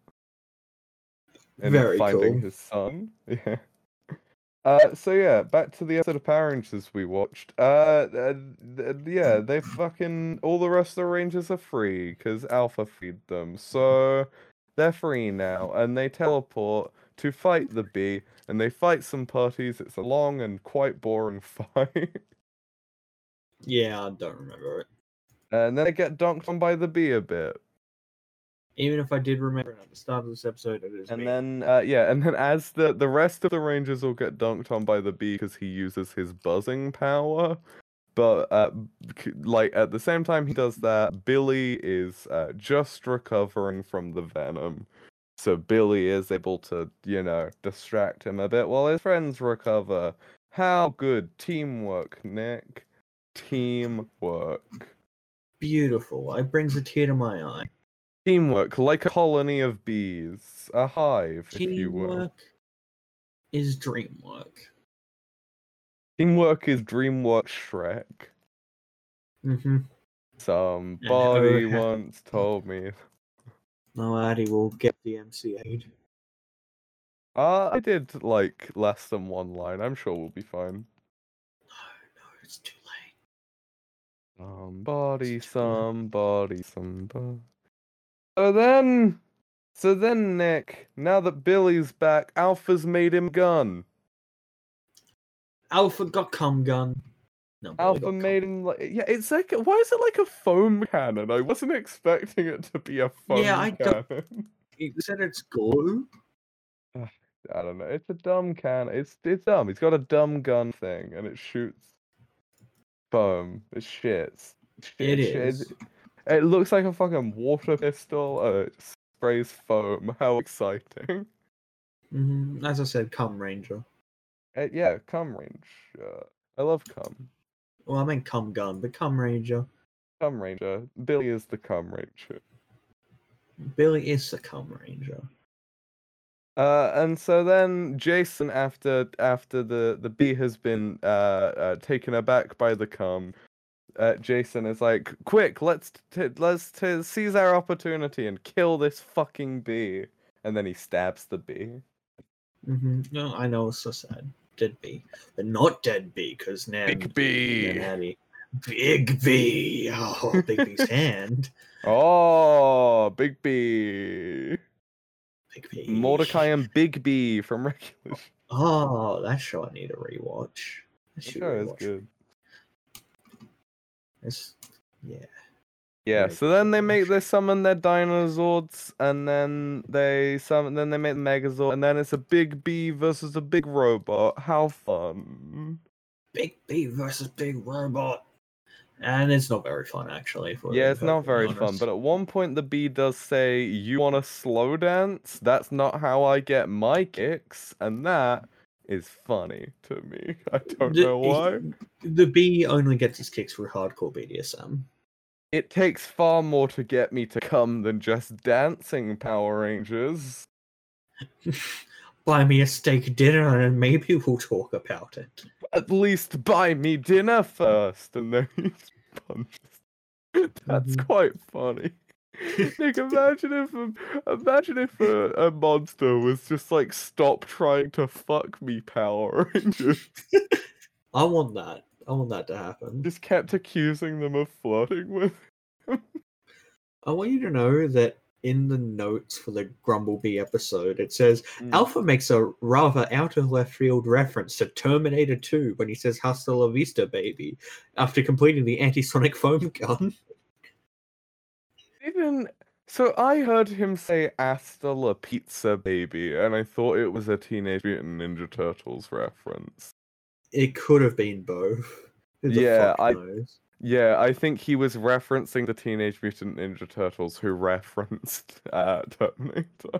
[SPEAKER 2] in
[SPEAKER 1] Very
[SPEAKER 2] finding
[SPEAKER 1] cool.
[SPEAKER 2] his son. Yeah. Uh, so yeah, back to the episode of Power Rangers we watched. Uh, uh, th- yeah, they fucking all the rest of the Rangers are free because Alpha freed them, so they're free now, and they teleport to fight the bee, and they fight some parties. It's a long and quite boring fight.
[SPEAKER 1] Yeah, I don't remember it.
[SPEAKER 2] And then they get donked on by the bee a bit.
[SPEAKER 1] Even if I did remember it at the start of this episode, it is.
[SPEAKER 2] And
[SPEAKER 1] me.
[SPEAKER 2] then, uh, yeah, and then as the the rest of the Rangers will get dunked on by the bee because he uses his buzzing power. But uh, c- like at the same time he does that, Billy is uh, just recovering from the venom, so Billy is able to you know distract him a bit while his friends recover. How good teamwork, Nick! Teamwork.
[SPEAKER 1] beautiful. It brings a tear to my eye.
[SPEAKER 2] Teamwork, like a colony of bees, a hive, if you will.
[SPEAKER 1] Teamwork is dream work.
[SPEAKER 2] Teamwork is dreamwork Shrek.
[SPEAKER 1] Mm-hmm.
[SPEAKER 2] Somebody
[SPEAKER 1] yeah.
[SPEAKER 2] once told me.
[SPEAKER 1] No, Addy will get the MCA'd.
[SPEAKER 2] Uh, I did like less than one line. I'm sure we'll be fine.
[SPEAKER 1] No, it's too late.
[SPEAKER 2] Somebody,
[SPEAKER 1] It's too late.
[SPEAKER 2] somebody, somebody. So then, so then, Nick. Now that Billy's back, Alpha's made him gun.
[SPEAKER 1] Alpha got cum gun. No, Billy got
[SPEAKER 2] Alpha
[SPEAKER 1] cum.
[SPEAKER 2] made him like yeah. It's like why is it like a foam cannon? I wasn't expecting it to be a foam
[SPEAKER 1] Yeah, I
[SPEAKER 2] cannon.
[SPEAKER 1] don't- He said it's glue.
[SPEAKER 2] I don't know. It's a dumb can. It's it's dumb. It's got a dumb gun thing, and it shoots foam. It shits.
[SPEAKER 1] It
[SPEAKER 2] Shit, shit.
[SPEAKER 1] is.
[SPEAKER 2] It looks like a fucking water pistol. Uh, it sprays foam. How exciting!
[SPEAKER 1] hmm As I said, cum ranger.
[SPEAKER 2] Uh, yeah, cum ranger. I love cum.
[SPEAKER 1] Well, I meant cum gun, but cum ranger.
[SPEAKER 2] Cum ranger. Billy is the cum ranger.
[SPEAKER 1] Billy is the cum ranger.
[SPEAKER 2] Uh, and so then Jason, after after the the bee has been uh, uh taken aback by the cum, uh, Jason is like, "Quick, let's t- let's t- seize our opportunity and kill this fucking bee." And then he stabs the bee.
[SPEAKER 1] hmm No, I know it's so sad. Dead B, but not Dead B, because now
[SPEAKER 2] Big bee.
[SPEAKER 1] Natty. Big B. Oh, Big B's hand.
[SPEAKER 2] Oh, Big Bee,
[SPEAKER 1] Big B.
[SPEAKER 2] Mordecai and Big Bee from Regular.
[SPEAKER 1] Oh, that show I need to rewatch. That should
[SPEAKER 2] Sure, is
[SPEAKER 1] rewatch.
[SPEAKER 2] good.
[SPEAKER 1] It's- yeah.
[SPEAKER 2] Yeah,
[SPEAKER 1] Like,
[SPEAKER 2] so then they
[SPEAKER 1] um,
[SPEAKER 2] make they summon their dinosaurs and then they summon then they make the megazord and then it's a big bee versus a big robot. How fun.
[SPEAKER 1] Big B versus Big Robot. And it's not very fun, actually. if we're
[SPEAKER 2] Yeah, it's not
[SPEAKER 1] perfectly
[SPEAKER 2] very fun,
[SPEAKER 1] honest.
[SPEAKER 2] but at one point the bee does say, You wanna slow dance? That's not how I get my kicks and that is funny to me. I don't
[SPEAKER 1] The-
[SPEAKER 2] know why.
[SPEAKER 1] The B only gets its kicks for hardcore BDSM.
[SPEAKER 2] It takes far more to get me to come than just dancing Power Rangers.
[SPEAKER 1] Buy me a steak dinner and maybe we'll talk about it.
[SPEAKER 2] At least buy me dinner first, and then he just punches. That's
[SPEAKER 1] Mhm.
[SPEAKER 2] quite funny. Nick, imagine if a- imagine if a, a monster was just like stop trying to fuck me, Power Rangers.
[SPEAKER 1] I want that. I want that to happen.
[SPEAKER 2] Just kept accusing them of flirting with.
[SPEAKER 1] I want you to know that in the notes for the Grumblebee episode, it says
[SPEAKER 2] Hmm.
[SPEAKER 1] Alpha makes a rather out of left field reference to Terminator 2 when he says Hasta la vista, baby, after completing the anti-sonic foam gun.
[SPEAKER 2] Even so, I heard him say "Asta la pizza, baby," and I thought it was a Teenage Mutant Ninja Turtles reference.
[SPEAKER 1] It could have been both. Who the
[SPEAKER 2] Yeah,
[SPEAKER 1] fuck
[SPEAKER 2] I-
[SPEAKER 1] knows?
[SPEAKER 2] Yeah, I think he was referencing the Teenage Mutant Ninja Turtles, who referenced uh, Terminator.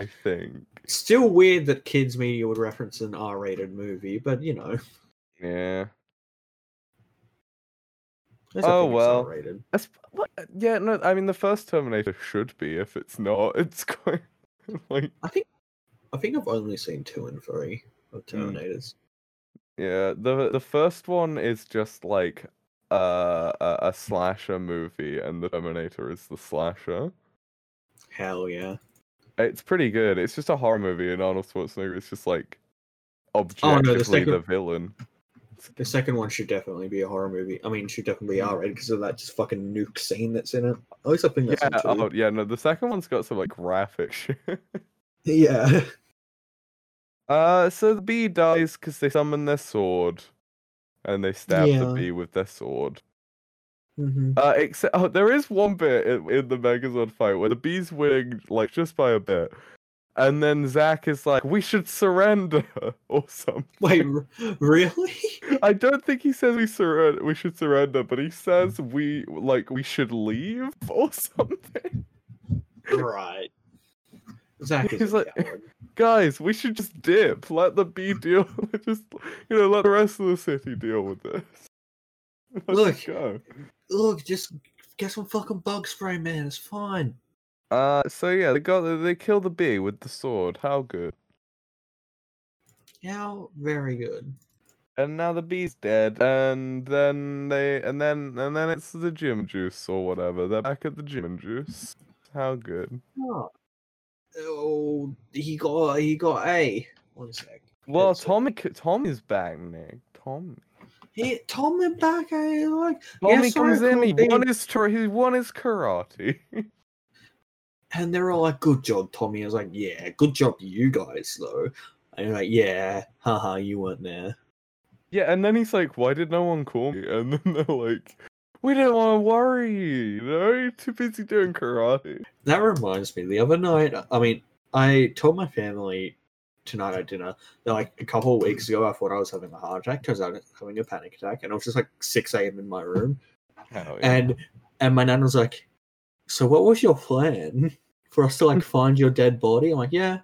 [SPEAKER 2] I think.
[SPEAKER 1] Still weird that kids media would reference an R-rated movie, but you know.
[SPEAKER 2] Yeah.
[SPEAKER 1] that's a
[SPEAKER 2] Oh,
[SPEAKER 1] thing, it's
[SPEAKER 2] well.
[SPEAKER 1] R-rated.
[SPEAKER 2] That's, what? Yeah. No. I mean, the first Terminator should be. If it's not, it's quite like
[SPEAKER 1] I think I think I've only seen two and three of
[SPEAKER 2] Mm.
[SPEAKER 1] Terminators.
[SPEAKER 2] Yeah, the the first one is just like uh, a a slasher movie, and the Terminator is the slasher.
[SPEAKER 1] Hell yeah.
[SPEAKER 2] It's pretty good. It's just a horror movie, and Arnold Schwarzenegger is just like
[SPEAKER 1] Oh, no, the
[SPEAKER 2] objectively the,
[SPEAKER 1] second-
[SPEAKER 2] villain.
[SPEAKER 1] The second one should definitely be a horror movie. I mean, should definitely
[SPEAKER 2] Mm-hmm.
[SPEAKER 1] be R-rated because of that just fucking nuke scene that's in it. At least I think
[SPEAKER 2] Yeah,
[SPEAKER 1] that's in two.
[SPEAKER 2] oh, yeah. No, the second one's got some like graphic shit.
[SPEAKER 1] Yeah.
[SPEAKER 2] Uh, so the bee dies because they summon their sword, and they stab
[SPEAKER 1] Yeah.
[SPEAKER 2] the bee with their sword.
[SPEAKER 1] hmm
[SPEAKER 2] Uh, except oh, there is one bit in, in the Megazord fight where the bees winning like just by a bit, and then Zack is like, "We should surrender" or something.
[SPEAKER 1] Wait, r- really?
[SPEAKER 2] I don't think he says we surrender. We should surrender, but he says we like we should leave or something.
[SPEAKER 1] right. Zach is
[SPEAKER 2] He's
[SPEAKER 1] a
[SPEAKER 2] like-
[SPEAKER 1] coward.
[SPEAKER 2] Guys, we should just dip. Let the bee deal. just you know, let the rest of the city deal with this. Let's
[SPEAKER 1] Look,
[SPEAKER 2] go.
[SPEAKER 1] Look, just get some fucking bug spray, man. It's fine.
[SPEAKER 2] Uh, so yeah, they got they killed the bee with the sword. How good.
[SPEAKER 1] How very good.
[SPEAKER 2] and now the bee's dead and then they and then and then it's the gym juice or whatever they're back at the gym juice how good
[SPEAKER 1] Oh, oh he got he got A. One sec.
[SPEAKER 2] well
[SPEAKER 1] That's it.
[SPEAKER 2] tommy c- tommy's back nick tommy
[SPEAKER 1] He Tom and back A like
[SPEAKER 2] tommy
[SPEAKER 1] Yes, I
[SPEAKER 2] comes in he
[SPEAKER 1] recall
[SPEAKER 2] won his tur- he won his karate
[SPEAKER 1] and they're all like, Good job, Tommy. I was like, Yeah, good job you guys though. And you're like, Yeah, haha, you weren't there.
[SPEAKER 2] yeah and then he's like why did no one call me and then they're like we didn't want to worry you you know you're too busy doing karate
[SPEAKER 1] That reminds me, the other night, I mean, I told my family tonight at dinner that like a couple of weeks ago, I thought I was having a heart attack. Turns out I was having a panic attack, and I was just like 6 a.m. in my room.
[SPEAKER 2] Hell yeah.
[SPEAKER 1] And and my nan was like, "So what was your plan for us to like find your dead body?" I'm like, "Yeah,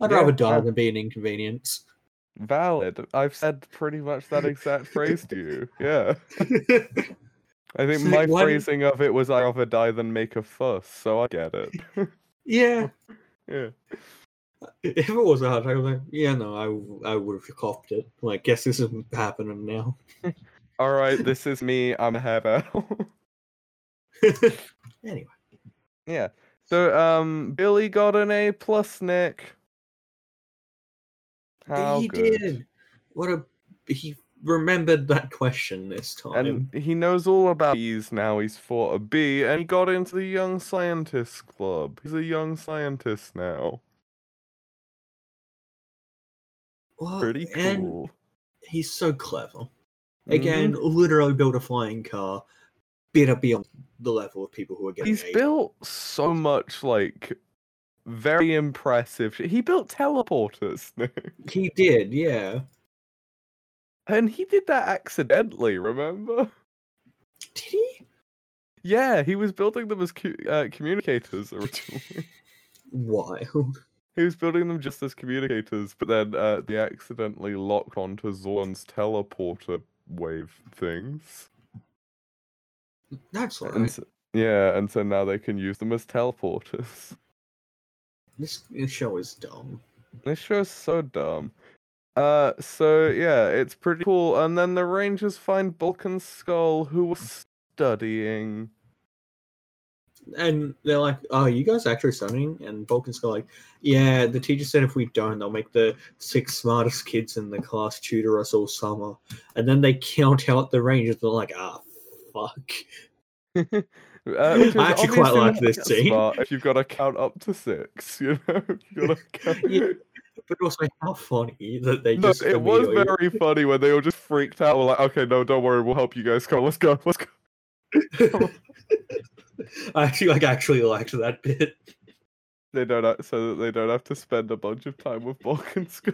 [SPEAKER 1] I'd
[SPEAKER 2] Yeah,
[SPEAKER 1] rather die
[SPEAKER 2] I-
[SPEAKER 1] than be an inconvenience."
[SPEAKER 2] valid i've said pretty much that exact phrase to you yeah I think
[SPEAKER 1] So
[SPEAKER 2] my
[SPEAKER 1] why do-
[SPEAKER 2] phrasing of it was "I rather die than make a fuss," so I get it.
[SPEAKER 1] yeah,
[SPEAKER 2] yeah,
[SPEAKER 1] if it was a heart attack, I'm like, "Yeah, no, I w- I would have copped it." I'm like, guess this is happening now.
[SPEAKER 2] all right, this is me. I'm Heather.
[SPEAKER 1] anyway,
[SPEAKER 2] yeah. So, um, Billy got an A plus, Nick. How
[SPEAKER 1] he
[SPEAKER 2] good.
[SPEAKER 1] did. What a he remembered that question this time.
[SPEAKER 2] And he knows all about bees now. He's fought a bee, and he got into the Young Scientists Club. He's a young scientist now.
[SPEAKER 1] Well,
[SPEAKER 2] Pretty
[SPEAKER 1] Oh, and
[SPEAKER 2] cool. Mm-hmm.
[SPEAKER 1] he's so clever. Again, literally built a flying car. Better be on the level of people who are getting.
[SPEAKER 2] He's
[SPEAKER 1] eight.
[SPEAKER 2] built so much like very impressive. Shit. He built teleporters, Nick.
[SPEAKER 1] He did, yeah.
[SPEAKER 2] and he did that accidentally. Remember?
[SPEAKER 1] Did he?
[SPEAKER 2] Yeah, he was building them as cu- uh, communicators originally.
[SPEAKER 1] Wild.
[SPEAKER 2] He was building them just as communicators, but then uh, they accidentally locked onto Zorn's teleporter wave things.
[SPEAKER 1] That's
[SPEAKER 2] And
[SPEAKER 1] alright.
[SPEAKER 2] so, yeah, and so now they can use them as teleporters.
[SPEAKER 1] This, this show is dumb.
[SPEAKER 2] This show's so dumb. Uh, so yeah, it's pretty cool. And then the Rangers find Bulk and Skull, who was studying.
[SPEAKER 1] And they're like, "Oh, you guys are actually studying?" And Vulcan's go like, "Yeah, the teacher said if we don't, they'll make the six smartest kids in the class tutor us all summer." And then they count out the Rangers. They're like, "Ah, fuck."
[SPEAKER 2] uh, which is
[SPEAKER 1] I actually
[SPEAKER 2] obviously
[SPEAKER 1] quite like
[SPEAKER 2] not
[SPEAKER 1] this
[SPEAKER 2] that
[SPEAKER 1] scene.
[SPEAKER 2] smart if you've got to count up to six, you know. You've gotta count-
[SPEAKER 1] Yeah, but also how funny that they
[SPEAKER 2] No,
[SPEAKER 1] just
[SPEAKER 2] it was
[SPEAKER 1] immediately-
[SPEAKER 2] very funny when they all just freaked out. We're like, okay, no, don't worry, we'll help you guys. Come, on, let's go, let's go.
[SPEAKER 1] I actually like actually liked that bit.
[SPEAKER 2] They don't have, so that they don't have to spend a bunch of time with Bulk and Skull.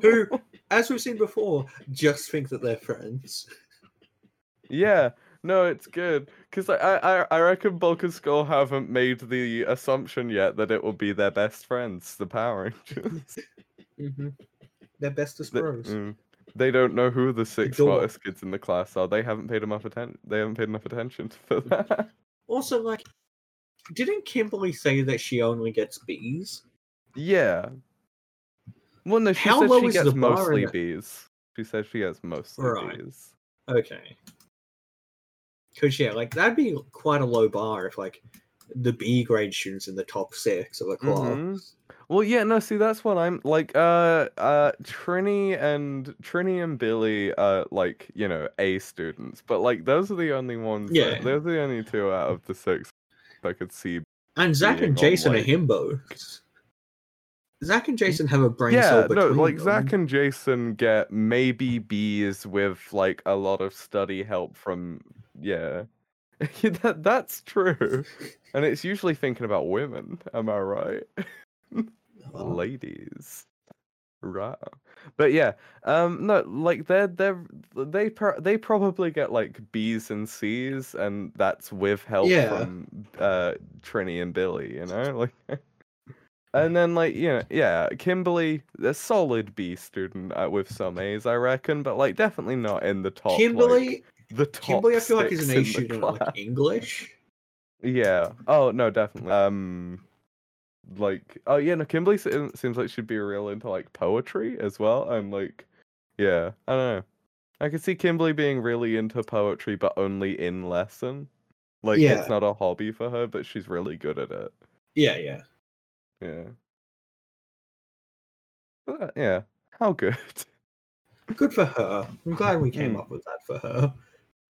[SPEAKER 1] Who, as we've seen before, just think that they're friends.
[SPEAKER 2] Yeah, no, it's good because I, I I reckon Bulk and Skull haven't made the assumption yet that it will be their best friends, the Power Rangers.
[SPEAKER 1] Mm-hmm. They're bestest
[SPEAKER 2] They,
[SPEAKER 1] bros.
[SPEAKER 2] mm. They don't know who the six
[SPEAKER 1] don't-
[SPEAKER 2] smartest kids in the class are. They haven't paid enough attention. They haven't paid enough attention for that.
[SPEAKER 1] Also, like, didn't Kimberly say that she only gets B's?
[SPEAKER 2] yeah. Well, no, she
[SPEAKER 1] How
[SPEAKER 2] said
[SPEAKER 1] low
[SPEAKER 2] she
[SPEAKER 1] is the
[SPEAKER 2] gets
[SPEAKER 1] bar in
[SPEAKER 2] mostly
[SPEAKER 1] that?
[SPEAKER 2] B's. She said she gets mostly
[SPEAKER 1] Right.
[SPEAKER 2] B's.
[SPEAKER 1] Okay. Because, yeah, like, that'd be quite a low bar if, like, the B grade students in the top six of a class.
[SPEAKER 2] Mhm. Well, yeah, no, see, that's what I'm like. Uh, uh, Trini and Trini and Billy are like you know A students, but like those are the only ones. that-
[SPEAKER 1] Yeah.
[SPEAKER 2] those are the only two out of the six I could see.
[SPEAKER 1] And Zach
[SPEAKER 2] Being
[SPEAKER 1] and Jason are
[SPEAKER 2] online.
[SPEAKER 1] himbos. Zach and Jason have a brain
[SPEAKER 2] yeah,
[SPEAKER 1] cell between
[SPEAKER 2] no, like
[SPEAKER 1] them.
[SPEAKER 2] Zach and Jason get maybe B's with like a lot of study help from yeah. Yeah, that that's true, and it's usually thinking about women. Am I right?
[SPEAKER 1] Oh.
[SPEAKER 2] ladies. Right. But yeah, um no, like they're they're they pro- they probably get like B's and C's and that's with help
[SPEAKER 1] Yeah.
[SPEAKER 2] from uh Trini and Billy, you know? Like And then like, you know, yeah, Kimberly, a solid B student uh, with some A's, I reckon, but like definitely not in the top like,
[SPEAKER 1] Kimberly,
[SPEAKER 2] the top
[SPEAKER 1] Kimberly, I feel like is
[SPEAKER 2] six
[SPEAKER 1] an
[SPEAKER 2] in
[SPEAKER 1] A
[SPEAKER 2] the
[SPEAKER 1] student at,
[SPEAKER 2] class.
[SPEAKER 1] like English.
[SPEAKER 2] Yeah. Oh no, definitely. Um, like oh yeah, no. Kimberly se- seems like she'd be real into like poetry as well, and like, yeah, I don't know. I could see Kimberly being really into poetry, but only in lesson. Like
[SPEAKER 1] Yeah.
[SPEAKER 2] it's not a hobby for her, but she's really good at it.
[SPEAKER 1] Yeah, yeah.
[SPEAKER 2] Yeah. Uh, yeah. How good.
[SPEAKER 1] Good for her. I'm glad we came
[SPEAKER 2] Mm.
[SPEAKER 1] up with that for her.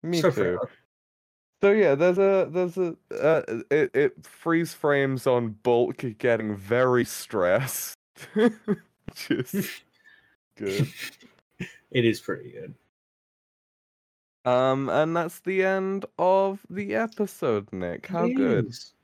[SPEAKER 2] Me
[SPEAKER 1] so
[SPEAKER 2] too.
[SPEAKER 1] fair.
[SPEAKER 2] So yeah, there's a there's a uh, it it freeze frames on bulk getting very stressed. Just good.
[SPEAKER 1] It is pretty good.
[SPEAKER 2] Um, and that's the end of the episode, Nick. How
[SPEAKER 1] It
[SPEAKER 2] good.
[SPEAKER 1] is.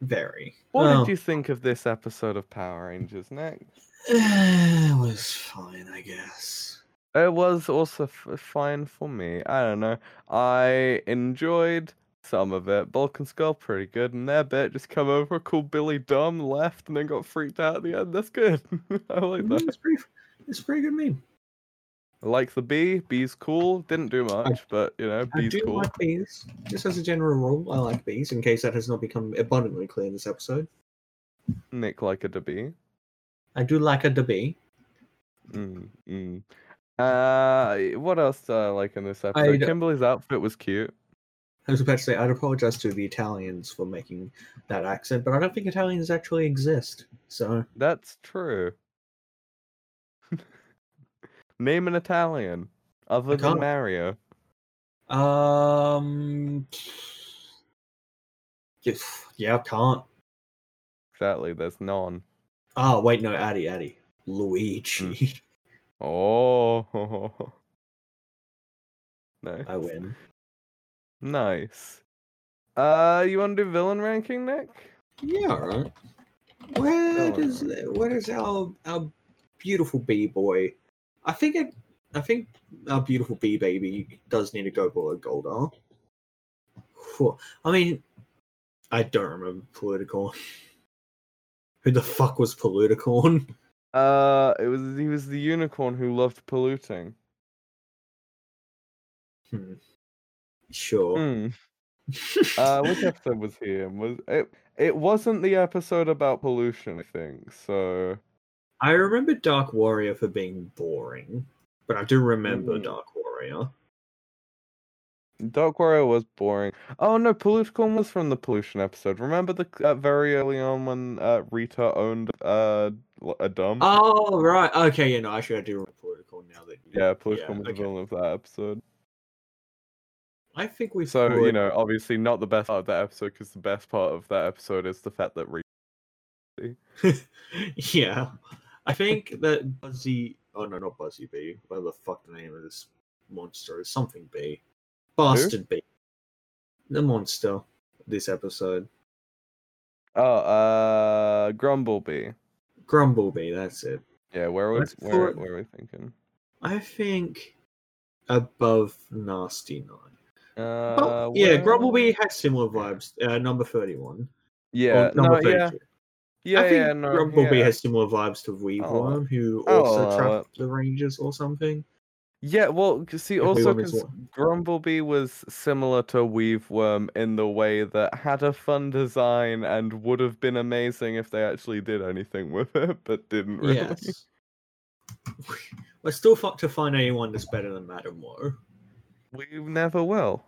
[SPEAKER 1] Very. Oh.
[SPEAKER 2] What
[SPEAKER 1] Well,
[SPEAKER 2] did you think of this episode of Power Rangers, Nick?
[SPEAKER 1] Eh, It was fine, I guess.
[SPEAKER 2] It was also f- fine for me. I don't know. I enjoyed some of it. Bulk and Skull pretty good, and their bit just come over, called Billy dumb, left, and then got freaked out at the end. That's good. I like that.
[SPEAKER 1] Mm, It's pretty. It's a pretty good meme.
[SPEAKER 2] I like the bee. Bee's cool. Didn't do much, but you know,
[SPEAKER 1] I
[SPEAKER 2] bee's
[SPEAKER 1] do
[SPEAKER 2] cool.
[SPEAKER 1] like bees. Just as a general rule, I like bees. In case that has not become abundantly clear in this episode,
[SPEAKER 2] Nick like a bee.
[SPEAKER 1] I do like a bee.
[SPEAKER 2] Mm, mm. Uh, what else do I like in this episode?
[SPEAKER 1] d-
[SPEAKER 2] Kimberly's outfit was cute.
[SPEAKER 1] I was about to say I'd apologize to the Italians for making that accent, but I don't think Italians actually exist. So
[SPEAKER 2] That's true. Name an Italian other than
[SPEAKER 1] can't.
[SPEAKER 2] Mario.
[SPEAKER 1] Um. Yeah, yeah, I can't.
[SPEAKER 2] Exactly. There's none.
[SPEAKER 1] Oh, wait, no, Addy, Addy. Luigi.
[SPEAKER 2] Oh, nice.
[SPEAKER 1] I win.
[SPEAKER 2] Nice. Uh, you want to do villain ranking, Nick?
[SPEAKER 1] Yeah, alright.
[SPEAKER 2] Oh,
[SPEAKER 1] Where does where does our our beautiful bee boy? I think it. I think our beautiful bee baby does need to go below Goldar. Phew. I mean, I don't remember Politicorn. Who the fuck was Politicorn?
[SPEAKER 2] Uh, it was he was the unicorn who loved polluting.
[SPEAKER 1] Hmm. Sure.
[SPEAKER 2] Hmm. Uh, which episode was he in? Was it? It wasn't the episode about pollution, I think. So
[SPEAKER 1] I remember Dark Warrior for being boring, but I do remember
[SPEAKER 2] Mm.
[SPEAKER 1] Dark Warrior.
[SPEAKER 2] Dark Warrior was boring. Oh no, Polluticon was from the pollution episode. Remember the uh, very early on when uh, Rita owned uh l- a dump.
[SPEAKER 1] Oh right, okay, yeah, no, actually I do remember Politicorn now that.
[SPEAKER 2] yeah, Polluticon was the
[SPEAKER 1] okay.
[SPEAKER 2] villain of that episode.
[SPEAKER 1] I think we.
[SPEAKER 2] So you
[SPEAKER 1] could-
[SPEAKER 2] know, obviously not the best part of that episode because the best part of that episode is the fact that Rita.
[SPEAKER 1] yeah, I think that Buzzy. Oh no, not Buzzy Bee. Whatever the fuck the name of this monster is, something Bee, bastard Bee, the monster. This episode,
[SPEAKER 2] Oh, uh, Grumblebee.
[SPEAKER 1] Grumblebee. That's it.
[SPEAKER 2] Yeah, where was
[SPEAKER 1] I
[SPEAKER 2] where,
[SPEAKER 1] thought-
[SPEAKER 2] where were we thinking?
[SPEAKER 1] I think above Nasty Nine.
[SPEAKER 2] Uh,
[SPEAKER 1] Oh, yeah,
[SPEAKER 2] where-
[SPEAKER 1] Grumblebee has similar vibes. Uh, number thirty-one. or
[SPEAKER 2] Yeah, no,
[SPEAKER 1] number
[SPEAKER 2] yeah,
[SPEAKER 1] 32.
[SPEAKER 2] yeah,
[SPEAKER 1] I think
[SPEAKER 2] yeah, no,
[SPEAKER 1] Grumblebee
[SPEAKER 2] yeah. Oh. uh,
[SPEAKER 1] has similar vibes to Weaveworm, who
[SPEAKER 2] I'll
[SPEAKER 1] also
[SPEAKER 2] allow
[SPEAKER 1] trapped the Rangers or something.
[SPEAKER 2] Yeah, well, 'cause see,
[SPEAKER 1] If
[SPEAKER 2] also
[SPEAKER 1] Weaveworm is
[SPEAKER 2] because
[SPEAKER 1] one.
[SPEAKER 2] Grumblebee was similar to Weaveworm in the way that had a fun design and would have been amazing if they actually did anything with it, but didn't really.
[SPEAKER 1] Yes. We're still fucked to find anyone that's better than Madame Woe.
[SPEAKER 2] We never will.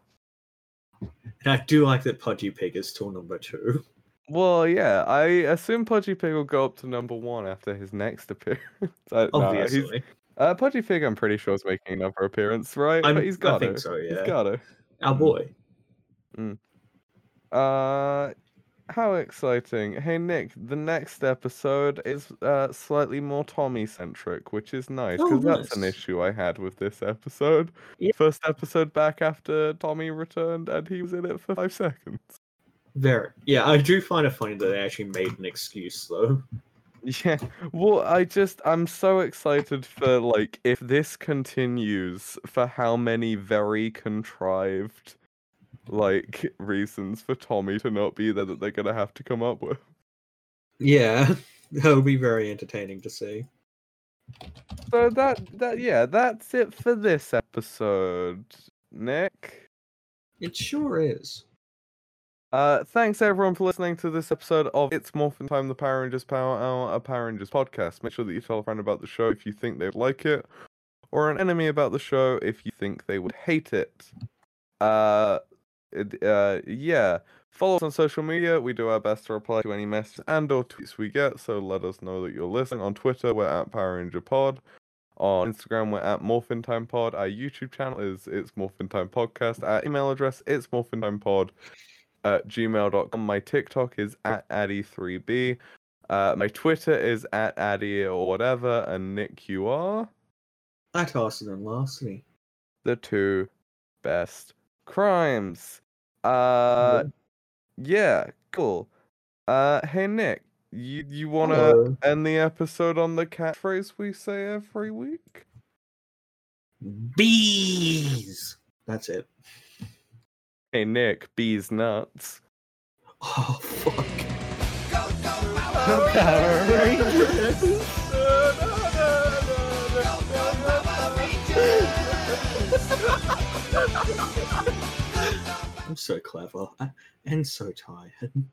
[SPEAKER 1] And I do like that Pudgy Pig is still number two.
[SPEAKER 2] Well, yeah, I assume Pudgy Pig will go up to number one after his next appearance. I- nah, he's-
[SPEAKER 1] Obviously.
[SPEAKER 2] uh, Pudgy Pig, I'm pretty sure, is making another appearance, right?
[SPEAKER 1] I'm-
[SPEAKER 2] but he's
[SPEAKER 1] I
[SPEAKER 2] got
[SPEAKER 1] think
[SPEAKER 2] it.
[SPEAKER 1] so,
[SPEAKER 2] He's
[SPEAKER 1] yeah.
[SPEAKER 2] got it.
[SPEAKER 1] Our
[SPEAKER 2] Mm.
[SPEAKER 1] boy.
[SPEAKER 2] Uh, how exciting! Hey Nick, the next episode is uh slightly more Tommy centric, which is nice
[SPEAKER 1] Oh,
[SPEAKER 2] because that's an
[SPEAKER 1] nice.
[SPEAKER 2] issue I had with this episode.
[SPEAKER 1] Yeah.
[SPEAKER 2] First episode back after Tommy returned, and he was in it for five seconds.
[SPEAKER 1] Very. Yeah, I do find it funny that they actually made an excuse, though.
[SPEAKER 2] Yeah, well, I just I'm so excited for like if this continues for how many very contrived like reasons for Tommy to not be there that they're gonna have to come up with.
[SPEAKER 1] Yeah. That would be very entertaining to see.
[SPEAKER 2] So that that yeah, that's it for this episode, Nick.
[SPEAKER 1] It sure is.
[SPEAKER 2] Uh, thanks everyone for listening to this episode of It's Morphin Time, the Power Rangers Power Hour, a Power Rangers podcast. Make sure that you tell a friend about the show if you think they'd like it, or an enemy about the show if you think they would hate it. Uh, it- uh, yeah. Follow us on social media. We do our best to reply to any messages and or tweets we get, so let us know that you're listening. On Twitter, we're at Power Ranger Pod. On Instagram, we're at Morphin Time Pod. Our YouTube channel is It's Morphin Time Podcast. Our email address, It's Morphin Time Pod at gmail.com. My TikTok is at Addy3B. Uh, my Twitter is at Addy or whatever. And Nick, you are
[SPEAKER 1] At Arson and Larceny.
[SPEAKER 2] the two best crimes. Uh, yeah, cool. Uh, hey Nick, you you wanna
[SPEAKER 1] Hello.
[SPEAKER 2] end the episode on the catchphrase we say every week?
[SPEAKER 1] Bees! That's it.
[SPEAKER 2] Hey Nick, bees nuts.
[SPEAKER 1] Oh, fuck. I'm so clever I- and so tired.